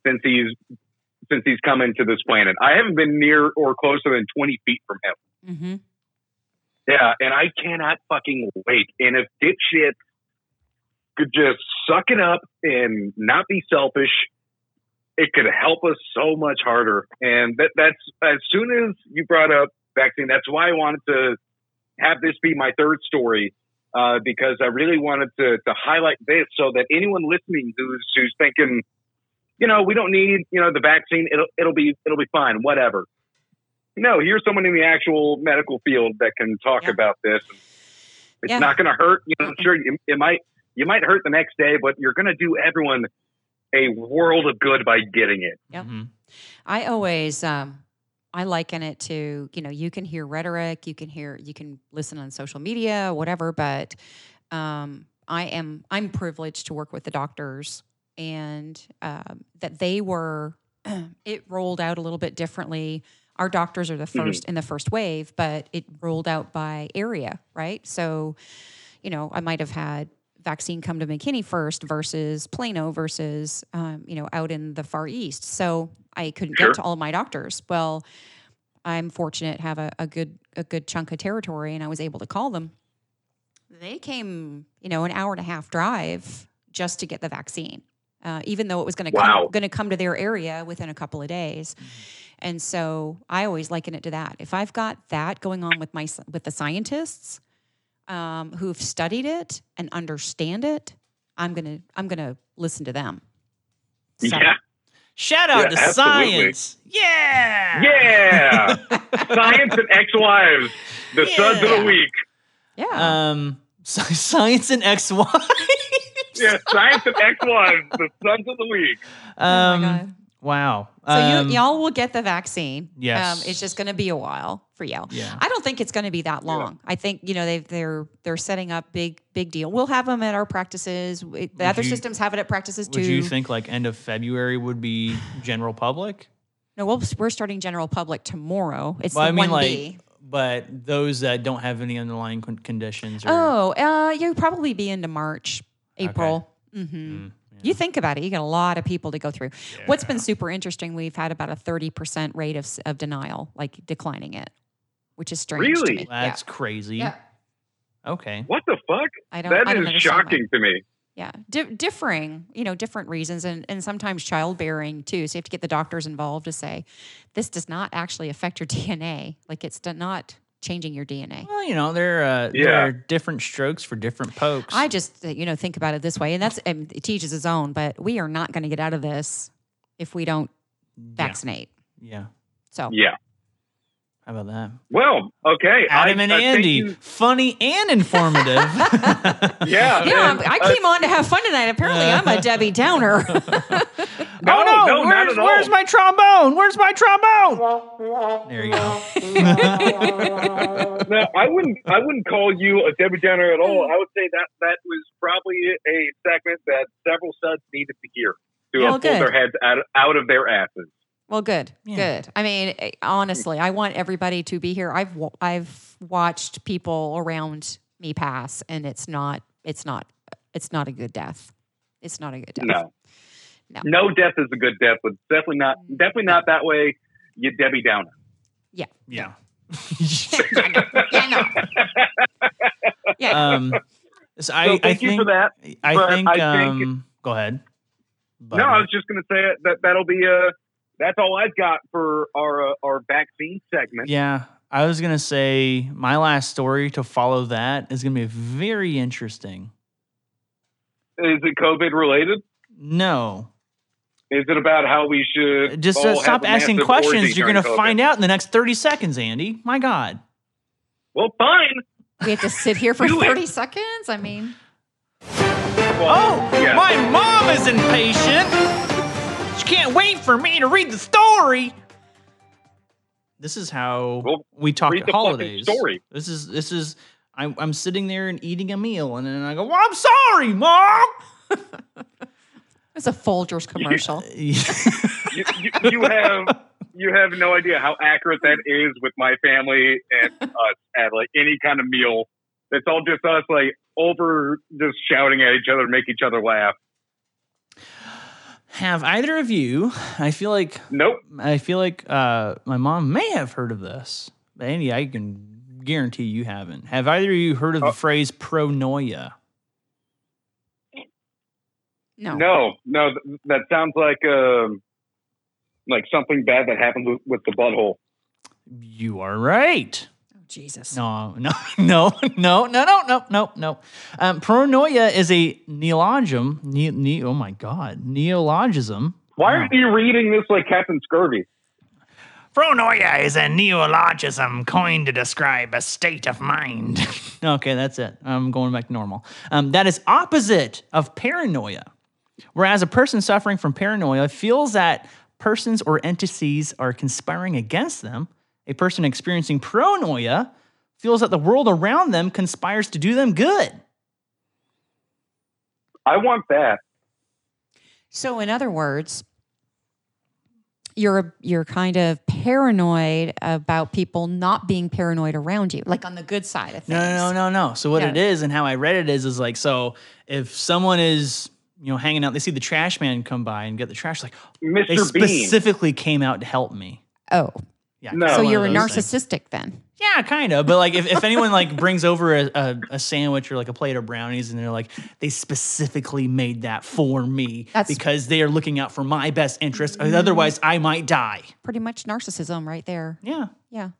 Speaker 2: since he's since he's come into this planet. I haven't been near or closer than 20 feet from him.
Speaker 3: hmm
Speaker 2: Yeah, and I cannot fucking wait. And if dipshit could just suck it up and not be selfish, it could help us so much harder. And that that's as soon as you brought up vaccine, that's why I wanted to have this be my third story uh, because I really wanted to, to highlight this so that anyone listening who's who's thinking, you know, we don't need you know the vaccine. It'll it'll be it'll be fine. Whatever. No, here's someone in the actual medical field that can talk
Speaker 3: Yeah.
Speaker 2: about this. It's
Speaker 3: Yeah.
Speaker 2: not going to hurt. You know,
Speaker 3: Mm-mm.
Speaker 2: sure, it, it might you might hurt the next day, but you're going to do everyone a world of good by getting it.
Speaker 3: Yep.
Speaker 1: Mhm.
Speaker 3: I always um I liken it to, you know, you can hear rhetoric, you can hear you can listen on social media, whatever, but um I am I'm privileged to work with the doctors and um that they were it rolled out a little bit differently. Our doctors are the 1st in the first wave, but it rolled out by area, right? So, you know, I might have had vaccine come to McKinney first versus Plano versus, um, you know, out in the Far East. So I couldn't
Speaker 2: Sure.
Speaker 3: get to all of my doctors. Well, I'm fortunate to have a, a good a good chunk of territory, and I was able to call them. They came, you know, an hour and a half drive just to get the vaccine, uh, even though it was going to
Speaker 2: Wow. Mm-hmm.
Speaker 3: come going to come to their area within a couple of days. And so I always liken it to that. If I've got that going on with my s- with the scientists um, who've studied it and understand it, I'm gonna I'm gonna listen to them. So-
Speaker 2: Yeah,
Speaker 1: Shout out
Speaker 2: Yeah,
Speaker 1: to
Speaker 2: absolutely.
Speaker 1: science. Yeah.
Speaker 2: yeah. Science and ex-wives, the suds of
Speaker 3: Yeah.
Speaker 2: the week.
Speaker 3: yeah, Oh
Speaker 1: Um, so, science and X Y.
Speaker 2: Yeah, science and ex-wives, the suds of the week.
Speaker 1: Um,
Speaker 3: God.
Speaker 1: Wow.
Speaker 3: So
Speaker 1: Um,
Speaker 3: you, y'all will get the vaccine. Um,
Speaker 1: Yes.
Speaker 3: it's just going to be a while for y'all.
Speaker 1: Yeah.
Speaker 3: I don't think it's going to be that long. I think you know they they're they're setting up big big deal. We'll have them at our practices. We- The other
Speaker 1: you-
Speaker 3: systems have it at practices too.
Speaker 1: Would you think like end of February would be general public?
Speaker 3: no, we'll, we're starting general public tomorrow. It's
Speaker 1: Well,
Speaker 3: the
Speaker 1: I mean,
Speaker 3: 1B.
Speaker 1: like, but those that don't have any underlying con- conditions. Or,
Speaker 3: Oh, uh, you'll probably be into March, April. hmm
Speaker 1: Mm, yeah.
Speaker 3: You think about it, you get a lot of people to go through. What's been super interesting, we've had about a 30% rate of, s- of denial, like declining it, which is strange. To
Speaker 2: Really?
Speaker 3: me.
Speaker 1: that's crazy.
Speaker 3: yeah. yeah.
Speaker 1: Okay.
Speaker 2: What the fuck?
Speaker 3: I don't, I
Speaker 2: That
Speaker 3: don't
Speaker 2: is
Speaker 3: understand why.
Speaker 2: shocking to me.
Speaker 3: Yeah. Di- differing, you know, different reasons and, and sometimes childbearing too. So you have to get the doctors involved to say, this does not actually affect your DNA. Like it's d- not changing your DNA.
Speaker 1: Well, you know, there uh, there
Speaker 2: Yeah.
Speaker 1: are different strokes for different pokes.
Speaker 3: I just uh, you know think about it this way, and that's and it teaches his own. But we are not going to get out of this if we don't vaccinate.
Speaker 1: yeah.
Speaker 3: So
Speaker 2: Yeah.
Speaker 1: How about that?
Speaker 2: Well, okay.
Speaker 1: Adam
Speaker 2: I-
Speaker 1: and
Speaker 2: I thank
Speaker 1: Andy,
Speaker 2: you-
Speaker 1: funny and informative.
Speaker 2: Yeah.
Speaker 3: yeah,
Speaker 2: and,
Speaker 3: I I came on to have fun tonight. Apparently, I'm a Debbie Downer.
Speaker 1: oh no!
Speaker 2: no, not
Speaker 1: where's,
Speaker 2: at all.
Speaker 1: where's my trombone? Where's my trombone? There you go.
Speaker 2: uh, no, I wouldn't. I wouldn't call you a Debbie Downer at all. I would say that that was probably a segment that several suds needed to hear to
Speaker 3: Well,
Speaker 2: have pulled
Speaker 3: good.
Speaker 2: their heads out, out of their asses.
Speaker 3: well, good,
Speaker 1: Yeah.
Speaker 3: good. I mean, eh, honestly, I want everybody to be here. I've wa- I've watched people around me pass, and it's not it's not it's not a good death. It's not a good death.
Speaker 2: No.
Speaker 3: No.
Speaker 2: No death is a good death, but definitely not. Definitely not that way. You Debbie Downer.
Speaker 1: Yeah.
Speaker 3: Yeah, no. yeah,
Speaker 1: um, so I,
Speaker 2: So
Speaker 1: I
Speaker 2: thank
Speaker 1: think
Speaker 2: you for that.
Speaker 1: I
Speaker 2: but
Speaker 1: think,
Speaker 2: I think-
Speaker 1: um, go ahead.
Speaker 2: No, I
Speaker 1: Buddy.
Speaker 2: was just going to say that that'll be uh That's all I've got for our uh, our vaccine segment.
Speaker 1: Yeah, I was gonna say my last story to follow that is gonna be very interesting.
Speaker 2: Is it COVID related?
Speaker 1: No,
Speaker 2: Is it about how we should
Speaker 1: just
Speaker 2: all
Speaker 1: uh,
Speaker 2: have
Speaker 1: stop
Speaker 2: a
Speaker 1: asking
Speaker 2: massive orgy
Speaker 1: questions. You're
Speaker 2: during
Speaker 1: gonna
Speaker 2: COVID?
Speaker 1: find out in the next thirty seconds, Andy. My God.
Speaker 2: Well, fine.
Speaker 3: we have to sit here for
Speaker 2: Do it.
Speaker 3: 30 seconds. I mean.
Speaker 1: Oh,
Speaker 2: Yeah.
Speaker 1: my mom is impatient. She can't wait for me to read the story. This is how
Speaker 2: Well,
Speaker 1: we talk
Speaker 2: read
Speaker 1: at
Speaker 2: the fucking
Speaker 1: holidays.
Speaker 2: story.
Speaker 1: This is this is. I'm, I'm sitting there and eating a meal, and then I go, "Well, I'm sorry, mom."
Speaker 3: It's a Folgers commercial.
Speaker 2: you, you, you have you have no idea how accurate that is with my family and us at like any kind of meal. It's all just us like over just shouting at each other to make each other laugh.
Speaker 1: Have either of you? I feel like
Speaker 2: Nope.
Speaker 1: I feel like uh, my mom may have heard of this. Andy, I can guarantee you haven't. Have either of you heard of
Speaker 2: Oh.
Speaker 1: the phrase pronoia?
Speaker 3: No.
Speaker 2: No, no, th- that sounds like um like something bad that happened with, with the butthole.
Speaker 1: You are right.
Speaker 3: Jesus.
Speaker 1: No, no, no, no, no, no, no, no, no. Um, paranoia is a neologism. Ne- ne- oh my God, neologism.
Speaker 2: Why aren't you reading this like Captain Scurvy?
Speaker 1: Pronoia is a neologism coined to describe a state of mind. okay, that's it. I'm going back to normal. Um, that is opposite of paranoia. Whereas a person suffering from paranoia feels that persons or entities are conspiring against them, a person experiencing pronoia feels that the world around them conspires to do them good.
Speaker 2: I want that.
Speaker 3: So, in other words, you're you're kind of paranoid about people not being paranoid around you, like on the good side of things.
Speaker 1: No, no, no, no. no. So what
Speaker 3: Yeah.
Speaker 1: it is and how I read it is is like so if someone is you know hanging out, they see the trash man come by and get the trash. Like they
Speaker 2: Mr. Bean.
Speaker 1: specifically came out to help me.
Speaker 3: Oh,
Speaker 1: Yeah.
Speaker 2: No.
Speaker 1: kinda
Speaker 3: so
Speaker 1: one of
Speaker 3: you're a
Speaker 1: those things.
Speaker 3: narcissistic then?
Speaker 1: Yeah, kind of. But like if, if anyone like brings over a, a, a sandwich or like a plate of brownies and they're like they specifically made that for me
Speaker 3: That's-
Speaker 1: because they are looking out for my best interest. Otherwise, I might die.
Speaker 3: Pretty much narcissism right there.
Speaker 1: Yeah.
Speaker 3: Yeah.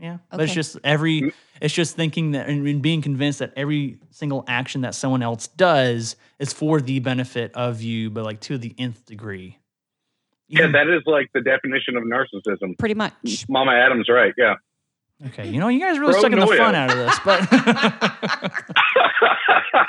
Speaker 1: Yeah, but it's
Speaker 3: Okay.
Speaker 1: just
Speaker 2: Mm.
Speaker 1: every. It's just thinking that and and being convinced that every single action that someone else does is for the benefit of you, but like to the nth degree.
Speaker 2: Yeah,
Speaker 1: Even-
Speaker 2: that is like the definition of narcissism.
Speaker 3: Pretty much.
Speaker 2: Mama Adams, right? Yeah.
Speaker 1: okay, you know, you guys really sucking the
Speaker 2: Pronoia.
Speaker 1: fun out of this, but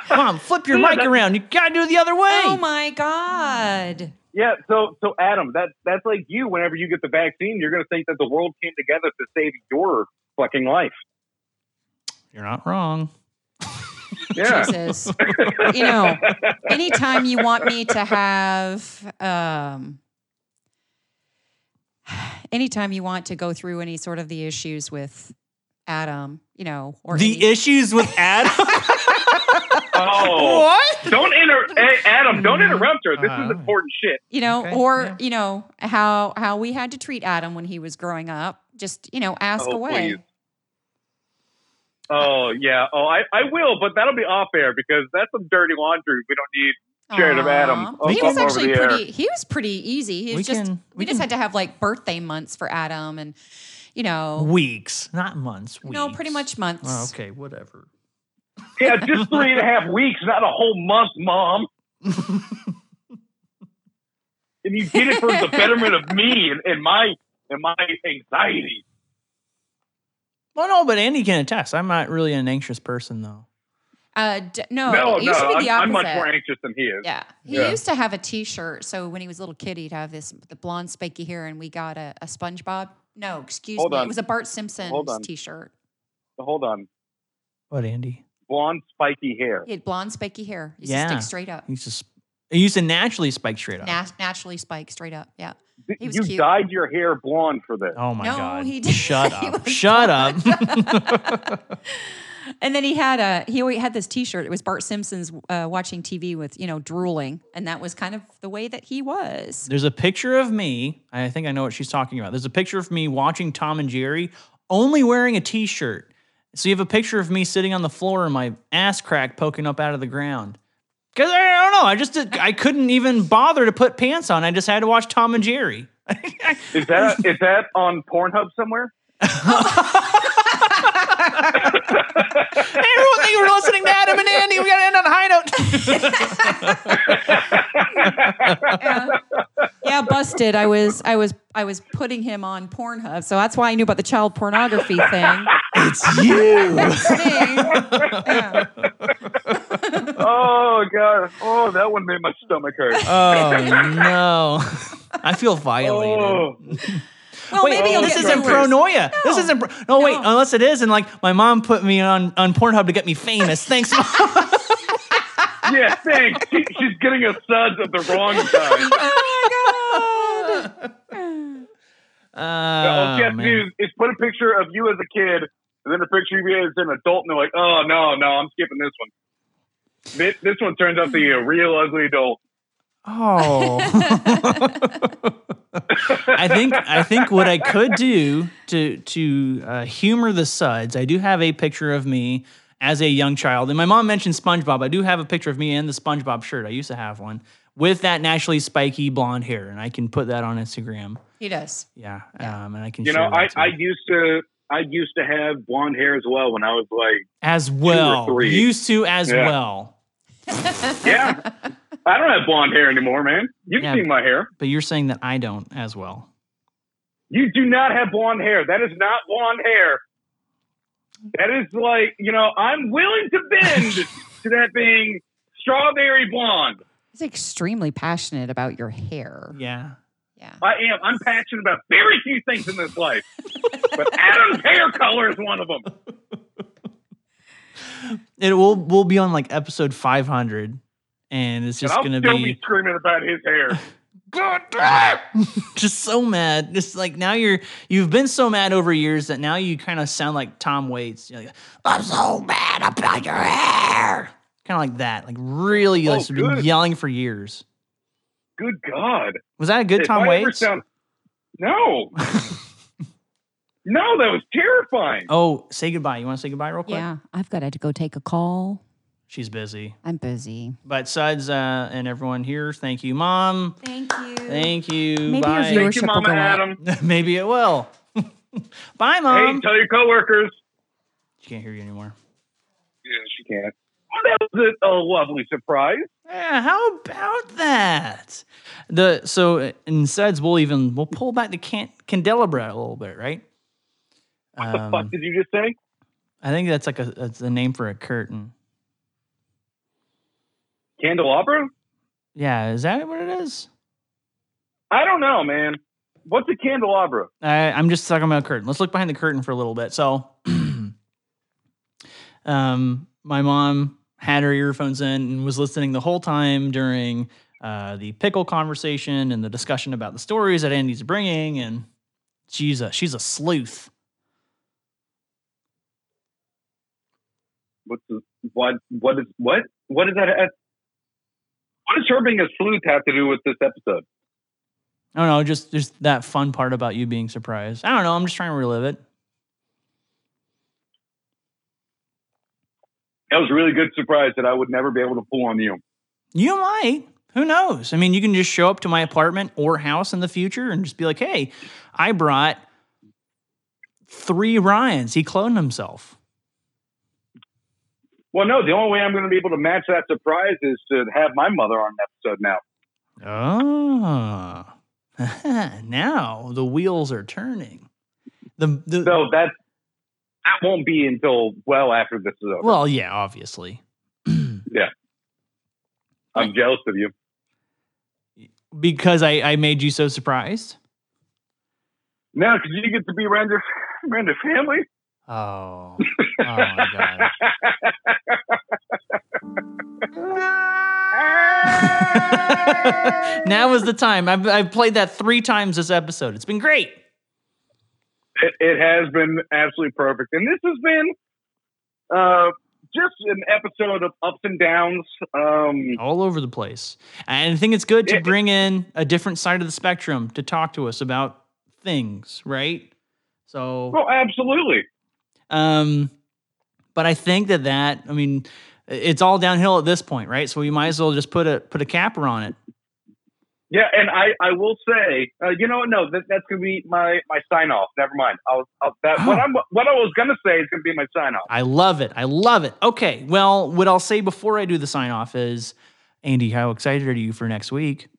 Speaker 1: mom, flip your mic around. You gotta do it the other way.
Speaker 3: Oh my God.
Speaker 2: yeah. So, so Adam, that that's like you. Whenever you get the vaccine, you're going to think that the world came together to save your fucking life.
Speaker 1: You're not wrong.
Speaker 2: Yeah.
Speaker 3: Jesus. you know, anytime you want me to have, um, anytime you want to go through any sort of the issues with Adam, you know, or
Speaker 1: the
Speaker 3: any-
Speaker 1: issues with Adam.
Speaker 2: Oh,
Speaker 1: what?
Speaker 2: don't inter. Hey, Adam, don't interrupt her. This
Speaker 1: Uh,
Speaker 2: is important shit.
Speaker 3: you know,
Speaker 1: Okay,
Speaker 3: or
Speaker 1: yeah.
Speaker 3: you know how how we had to treat Adam when he was growing up. Just you know, ask
Speaker 2: Oh,
Speaker 3: away.
Speaker 2: please. Oh yeah. Oh, I, I will, but that'll be off air because that's some dirty laundry. We don't need Jared of
Speaker 3: Aw.
Speaker 2: Adam. Oh,
Speaker 3: he
Speaker 2: come
Speaker 3: was
Speaker 2: over
Speaker 3: actually
Speaker 2: the air.
Speaker 3: pretty. He was pretty easy. He was
Speaker 1: We
Speaker 3: just
Speaker 1: can-
Speaker 3: we,
Speaker 1: we
Speaker 3: just
Speaker 1: can-
Speaker 3: had to have like birthday months for Adam, and you know,
Speaker 1: Weeks, not months. Weeks.
Speaker 3: no, pretty much months.
Speaker 1: Oh, okay, whatever.
Speaker 2: Yeah, just three and a half weeks, not a whole month, Mom. and you did it for the betterment of me and, and my and my anxiety.
Speaker 1: Well, no, but Andy can attest. I'm not really an anxious person, though.
Speaker 3: Uh, d- no,
Speaker 2: no,
Speaker 3: it
Speaker 2: no,
Speaker 3: used to
Speaker 2: I'm,
Speaker 3: be the
Speaker 2: I'm
Speaker 3: opposite.
Speaker 2: much more anxious than he is.
Speaker 3: Yeah. He
Speaker 2: Yeah.
Speaker 3: used to have a t shirt. So when he was a little kid, he'd have this the blonde spiky hair, and we got a, a SpongeBob. No, excuse
Speaker 2: Hold
Speaker 3: me.
Speaker 2: on.
Speaker 3: It was a Bart
Speaker 2: Hold on.
Speaker 3: Simpson t shirt.
Speaker 2: Hold on,
Speaker 1: What, Andy?
Speaker 2: blonde spiky hair.
Speaker 3: He had blonde spiky hair. He used to
Speaker 1: Yeah.
Speaker 3: stick straight up.
Speaker 1: He just it used to naturally spike straight up.
Speaker 3: Nat- naturally spiked straight up. Yeah.
Speaker 2: Th-
Speaker 3: he was
Speaker 2: you
Speaker 3: cute.
Speaker 2: dyed your hair blonde for this.
Speaker 1: oh my
Speaker 3: No,
Speaker 1: god!
Speaker 3: he did-
Speaker 1: Shut
Speaker 3: he
Speaker 1: up!
Speaker 3: was
Speaker 1: Shut up!
Speaker 3: And then he had a he always had this t shirt. It was Bart Simpson's uh, watching TV with, you know, drooling. And that was kind of the way that he was.
Speaker 1: There's a picture of me. I think I know what she's talking about. There's a picture of me watching Tom and Jerry, only wearing a t-shirt. So you have a picture of me sitting on the floor and my ass crack poking up out of the ground. Cause I don't know. I just did, I couldn't even bother to put pants on. I just had to watch Tom and Jerry.
Speaker 2: Is that is that on Pornhub somewhere?
Speaker 1: Everyone, thank you for listening to Adam and Andy. We gotta end on a high note.
Speaker 3: yeah, busted. I was I was I was putting him on Pornhub, so that's why I knew about the child pornography thing.
Speaker 1: it's you.
Speaker 3: Thing. Yeah.
Speaker 2: Oh god. Oh, that one made my stomach hurt.
Speaker 1: Oh no. I feel violated.
Speaker 2: Oh.
Speaker 3: Well,
Speaker 1: Wait,
Speaker 3: maybe you'll
Speaker 1: this
Speaker 3: get
Speaker 1: isn't
Speaker 3: viewers.
Speaker 1: pronoia. This isn't. Pro- no, wait.
Speaker 3: No.
Speaker 1: Unless it is, and like my mom put me on on Pornhub to get me famous. Thanks. Mom.
Speaker 2: Yeah, thanks. She, she's getting us suds at the wrong time.
Speaker 1: Uh,
Speaker 2: Oh, Jeff
Speaker 1: man.
Speaker 2: News is put a picture of you as a kid, and then a picture of you as an adult, and they're like, "Oh no, no, I'm skipping this one." This, this one turns out to be a real ugly adult.
Speaker 1: Oh. I think I think what I could do to to uh, humor the suds. I do have a picture of me as a young child, and my mom mentioned SpongeBob. I do have a picture of me in the SpongeBob shirt. I used to have one with that naturally spiky blonde hair, and I can put that on Instagram.
Speaker 3: He does.
Speaker 1: Yeah, um, and I can.
Speaker 2: You
Speaker 1: share
Speaker 2: know, I,
Speaker 1: that too.
Speaker 2: I used to I used to have blonde hair as well when I was like,
Speaker 1: as well.
Speaker 2: three.
Speaker 1: Used to as
Speaker 2: Yeah.
Speaker 1: well.
Speaker 2: yeah, I don't have blonde hair anymore, man. You've
Speaker 1: Yeah.
Speaker 2: seen my hair.
Speaker 1: But you're saying that I don't as well.
Speaker 2: You do not have blonde hair. That is not blonde hair. That is like, you know, I'm willing to bend to that being strawberry blonde.
Speaker 3: He's extremely passionate about your hair.
Speaker 1: Yeah.
Speaker 3: Yeah.
Speaker 2: I am. I'm passionate about very few things in this life, but Adam's hair color is one of them.
Speaker 1: It will we'll be on like episode 500 and it's
Speaker 2: And
Speaker 1: just
Speaker 2: I'll
Speaker 1: going to
Speaker 2: still be...
Speaker 1: be
Speaker 2: screaming about his hair. God damn it!
Speaker 1: just so mad. Just like now you're you've been so mad over years that now you kind of sound like Tom Waits. You're like, I'm so mad about your hair. Kind of like that. Like really
Speaker 2: Oh,
Speaker 1: like just been
Speaker 2: good.
Speaker 1: yelling for years.
Speaker 2: Good God.
Speaker 1: Was that a good
Speaker 2: If
Speaker 1: Tom
Speaker 2: I ever
Speaker 1: Waits?
Speaker 2: sound- no. no, that was terrifying.
Speaker 1: oh, say goodbye. You want to say goodbye real quick?
Speaker 3: Yeah. I've got to go take a call.
Speaker 1: She's busy.
Speaker 3: I'm busy.
Speaker 1: But Suds uh, and everyone here, thank you, Mom.
Speaker 3: Thank you.
Speaker 1: Thank you.
Speaker 3: Maybe our
Speaker 1: Bye.
Speaker 2: Thank you,
Speaker 3: Worship will
Speaker 2: Mama
Speaker 3: go out.
Speaker 2: Adam.
Speaker 1: Maybe it will. Bye, Mom.
Speaker 2: hey, tell your coworkers.
Speaker 1: She can't hear you anymore.
Speaker 2: Yeah, she can't. Well, that was a, a lovely surprise.
Speaker 1: Yeah, how about that? The so in suds we'll even we'll pull back the can, candelabra a little bit, right?
Speaker 2: the fuck
Speaker 1: Um,
Speaker 2: did you just say?
Speaker 1: I think that's like a that's a name for a curtain.
Speaker 2: Candelabra?
Speaker 1: Yeah, is that what it is?
Speaker 2: I don't know, man. What's a candelabra?
Speaker 1: I, I'm just talking about a curtain. Let's look behind the curtain for a little bit. So, um, my mom had her earphones in and was listening the whole time during uh, the pickle conversation and the discussion about the stories that Andy's bringing. And she's a she's a sleuth.
Speaker 2: What's the, what? What is what? What is that? What does her being a sleuth have to do with this episode?
Speaker 1: I don't know, just just that fun part about you being surprised. I don't know. I'm just trying to relive it.
Speaker 2: That was a really good surprise that I would never be able to pull on you.
Speaker 1: You might. Who knows? I mean, you can just show up to my apartment or house in the future and just be like, hey, I brought three Ryans. He cloned himself.
Speaker 2: Well, no, the only way I'm going to be able to match that surprise is to have my mother on an episode now.
Speaker 1: Oh. now the wheels are turning. The, the
Speaker 2: So that that won't be until well after this is over.
Speaker 1: Well, yeah, obviously.
Speaker 2: I'm jealous of you.
Speaker 1: Because I, I made you so surprised.
Speaker 2: Now, because you get to be around your, around your family.
Speaker 1: Oh. Oh my god. now is the time. I've, I've played that three times this episode. It's been great.
Speaker 2: It, it has been absolutely perfect. And this has been uh, just an episode of ups and downs. Um,
Speaker 1: All over the place. And I think it's good to
Speaker 2: It-
Speaker 1: bring in a different side of the spectrum to talk to us about things, right? So,
Speaker 2: well, oh, absolutely.
Speaker 1: um, but I think that that, I mean, it's all downhill at this point, right? So we might as well just put a put a capper on it.
Speaker 2: Yeah, and I, I will say, uh, you know, what? no, that, that's gonna be my, my sign off. Never mind. I'll, I'll that what I'm what I was gonna say is gonna be my sign off.
Speaker 1: I love it. I love it. Okay. Well, what I'll say before I do the sign off is, Andy, how excited are you for next week?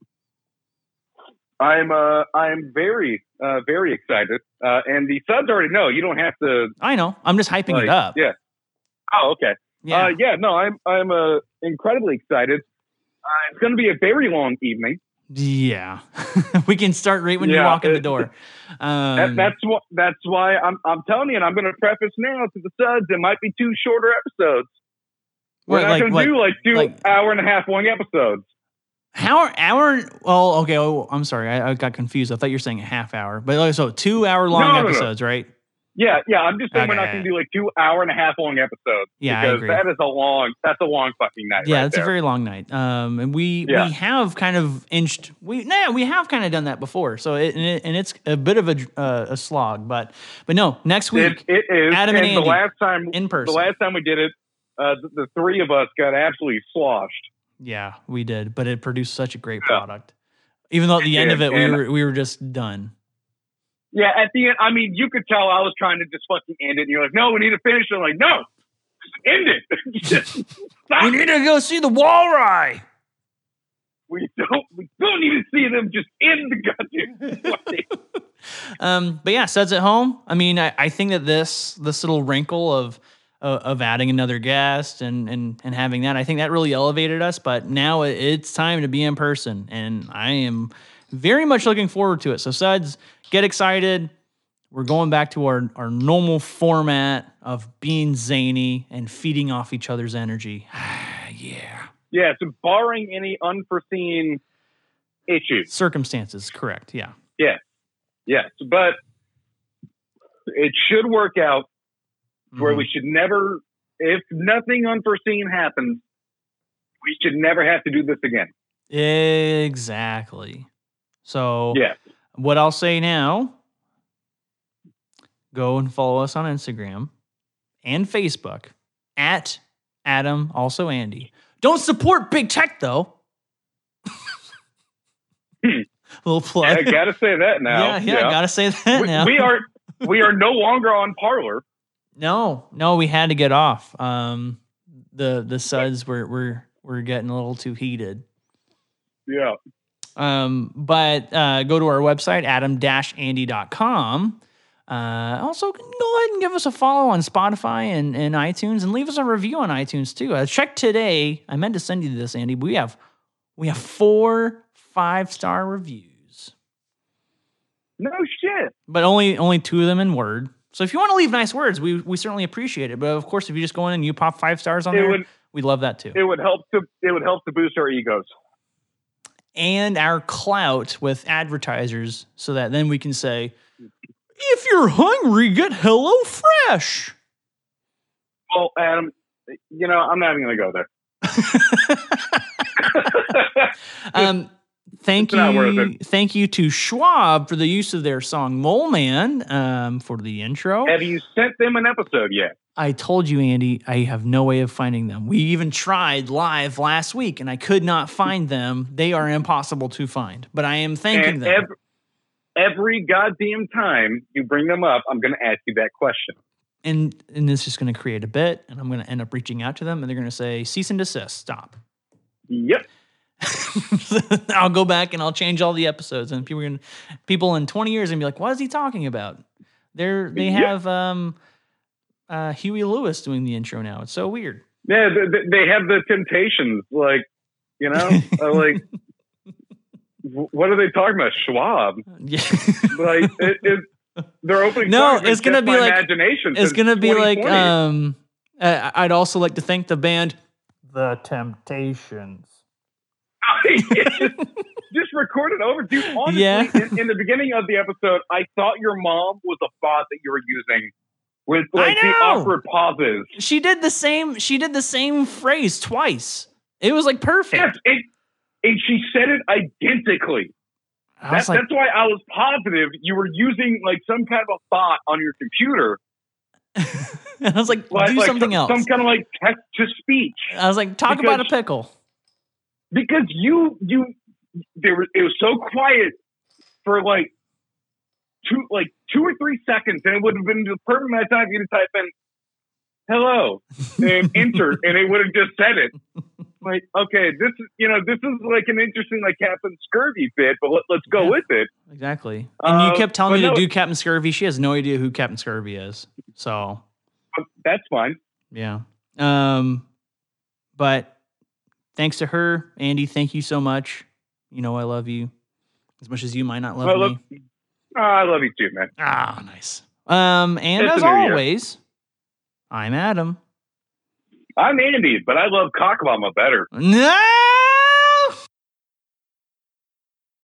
Speaker 2: I'm uh I'm very uh very excited. Uh, and the subs already know. You don't have to.
Speaker 1: I know. I'm just hyping
Speaker 2: like,
Speaker 1: it up.
Speaker 2: Yeah. Oh, okay.
Speaker 1: Yeah.
Speaker 2: Uh, yeah, no, I'm I'm uh, incredibly excited. Uh, it's going to be a very long evening.
Speaker 1: Yeah. we can start right when you
Speaker 2: Yeah,
Speaker 1: walk in the
Speaker 2: it-
Speaker 1: door.
Speaker 2: That,
Speaker 1: Um,
Speaker 2: that's what that's why I'm I'm telling you, and I'm going to preface now to the suds. It might be two shorter episodes. We're
Speaker 1: what,
Speaker 2: not
Speaker 1: like,
Speaker 2: going
Speaker 1: what,
Speaker 2: to do like two
Speaker 1: like-
Speaker 2: hour and a half long episodes.
Speaker 1: hour, hour. Well, okay. Oh, I'm sorry. I, I got confused. I thought you were saying a half hour, but like, so two hour long
Speaker 2: No, no, no.
Speaker 1: episodes, right?
Speaker 2: Yeah, yeah. I'm just saying we're not
Speaker 1: Okay.
Speaker 2: going to do like two hour and a half long episodes.
Speaker 1: Yeah, I
Speaker 2: because
Speaker 1: agree.
Speaker 2: that is a long that's a long fucking night.
Speaker 1: Yeah,
Speaker 2: right
Speaker 1: it's a
Speaker 2: there.
Speaker 1: very long night. Um, and we
Speaker 2: Yeah.
Speaker 1: we have kind of inched. We nah, we have kind of done that before. So it and, it, and it's a bit of a dr- uh, a slog, but but no, next
Speaker 2: It,
Speaker 1: week
Speaker 2: it is.
Speaker 1: Adam and
Speaker 2: the
Speaker 1: Andy,
Speaker 2: last time
Speaker 1: in
Speaker 2: the
Speaker 1: person.
Speaker 2: last time we did it, uh, the, the three of us got absolutely sloshed.
Speaker 1: yeah, we did, but it produced such a great
Speaker 2: Yeah.
Speaker 1: product. Even though at the end of
Speaker 2: did,
Speaker 1: it, we
Speaker 2: and-
Speaker 1: were we were just done.
Speaker 2: Yeah, at the end, I mean, you could tell I was trying to just fucking end it. And you're like, no, we need to finish. And I'm like, no, just end it. Just stop.
Speaker 1: We need to go see the walrus.
Speaker 2: we don't, we don't need to see them just end the goddamn. play.
Speaker 1: Um, but yeah, Suds at home. I mean, I, I think that this this little wrinkle of of of adding another guest and and and having that, I think that really elevated us. But now it- it's time to be in person, and I am very much looking forward to it. So Suds, get excited. We're going back to our our normal format of being zany and feeding off each other's energy. yeah,
Speaker 2: yeah, so barring any unforeseen issues.
Speaker 1: circumstances, correct? Yeah.
Speaker 2: Yes, but it should work out where
Speaker 1: Mm-hmm.
Speaker 2: we should never, if nothing unforeseen happens, we should never have to do this again.
Speaker 1: Exactly. So
Speaker 2: Yeah.
Speaker 1: what I'll say now, go and follow us on Instagram and Facebook at Adam, also Andy. Don't support big tech though.
Speaker 2: Hmm.
Speaker 1: Little plug.
Speaker 2: I gotta say that now.
Speaker 1: yeah, yeah, gotta say that
Speaker 2: we,
Speaker 1: now.
Speaker 2: we are we are no longer on parlor.
Speaker 1: No, no, we had to get off. Um, the the suds were were were getting a little too heated.
Speaker 2: Yeah.
Speaker 1: Um, but uh, go to our website, adam-andy.com. Uh, also, go ahead and give us a follow on Spotify and, and iTunes, and leave us a review on iTunes too. I checked today. I meant to send you this, Andy. But we have we have four five star reviews,
Speaker 2: No shit.
Speaker 1: but only only two of them in word. So if you want to leave nice words, we we certainly appreciate it. But of course, if you just go in and you pop five stars on
Speaker 2: It
Speaker 1: there,
Speaker 2: would
Speaker 1: we love that too.
Speaker 2: it would help to it would help to boost our egos.
Speaker 1: and our clout with advertisers so that then we can say, if you're hungry, get Hello Fresh.
Speaker 2: Well, Adam, you know, I'm not even gonna go there.
Speaker 1: Um, thank
Speaker 2: It's not worth
Speaker 1: you. Thank you to Schwab for the use of their song Mole Man um, for the intro.
Speaker 2: have you sent them an episode yet?
Speaker 1: I told you, Andy, I have no way of finding them. We even tried live last week and I could not find them. They are impossible to find, but I am thanking
Speaker 2: and
Speaker 1: them.
Speaker 2: ev- every goddamn time you bring them up, I'm going to ask you that question.
Speaker 1: and, and this is going to create a bit, and I'm going to end up reaching out to them and they're going to say, cease and desist, stop.
Speaker 2: Yep.
Speaker 1: I'll go back and I'll change all the episodes, and people are gonna, people in twenty years are gonna be like, "What is he talking about?" They're they
Speaker 2: Yeah.
Speaker 1: have um, uh, Huey Lewis doing the intro now. It's so weird.
Speaker 2: Yeah, th- th- they have the temptations, like you know, uh, like w- what are they talking about? Schwab,
Speaker 1: Yeah,
Speaker 2: like it, it, they're opening.
Speaker 1: No,
Speaker 2: songs that
Speaker 1: it's gonna
Speaker 2: catch
Speaker 1: be
Speaker 2: my
Speaker 1: like-
Speaker 2: imagination.
Speaker 1: it's
Speaker 2: since
Speaker 1: gonna be like
Speaker 2: 2020.
Speaker 1: um, I, I'd also like to thank the band.
Speaker 4: The Temptations.
Speaker 2: It's just, just record it over, dude. Honestly,
Speaker 1: Yeah.
Speaker 2: in, in the beginning of the episode, I thought your mom was a bot that you were using with
Speaker 1: I
Speaker 2: like the
Speaker 1: know.
Speaker 2: awkward pauses.
Speaker 1: She did the same. She did the same phrase twice. It was like perfect.
Speaker 2: Yes, and, and she said it identically.
Speaker 1: I
Speaker 2: That,
Speaker 1: was like,
Speaker 2: that's why I was positive you were using like some kind of a bot on your computer,
Speaker 1: I was like,
Speaker 2: like,
Speaker 1: do
Speaker 2: like
Speaker 1: something
Speaker 2: some,
Speaker 1: else.
Speaker 2: some kind of like text to speech,
Speaker 1: I was like, talk about a
Speaker 2: because-
Speaker 1: pickle.
Speaker 2: because you you there was it was so quiet for like two like two or three seconds, and it would have been the perfect amount of time for you to type in hello and enter, and it would have just said it. Like okay, this is you know this is like an interesting like Captain Scurvy bit, but let, let's go
Speaker 1: Yeah.
Speaker 2: with it.
Speaker 1: Exactly. And you
Speaker 2: Uh,
Speaker 1: kept telling
Speaker 2: but
Speaker 1: me to
Speaker 2: no-
Speaker 1: do Captain Scurvy. She has no idea who Captain Scurvy is. So
Speaker 2: That's fine.
Speaker 1: yeah. Um, but thanks to her, Andy, thank you so much. You know I love you as much as you might not love
Speaker 2: I
Speaker 1: me.
Speaker 2: love- Oh, I love you too, man.
Speaker 1: ah, nice. Um, and
Speaker 2: It's
Speaker 1: as
Speaker 2: a new year.
Speaker 1: always, I'm Adam.
Speaker 2: I'm Andy, but I love cock mama better.
Speaker 1: No.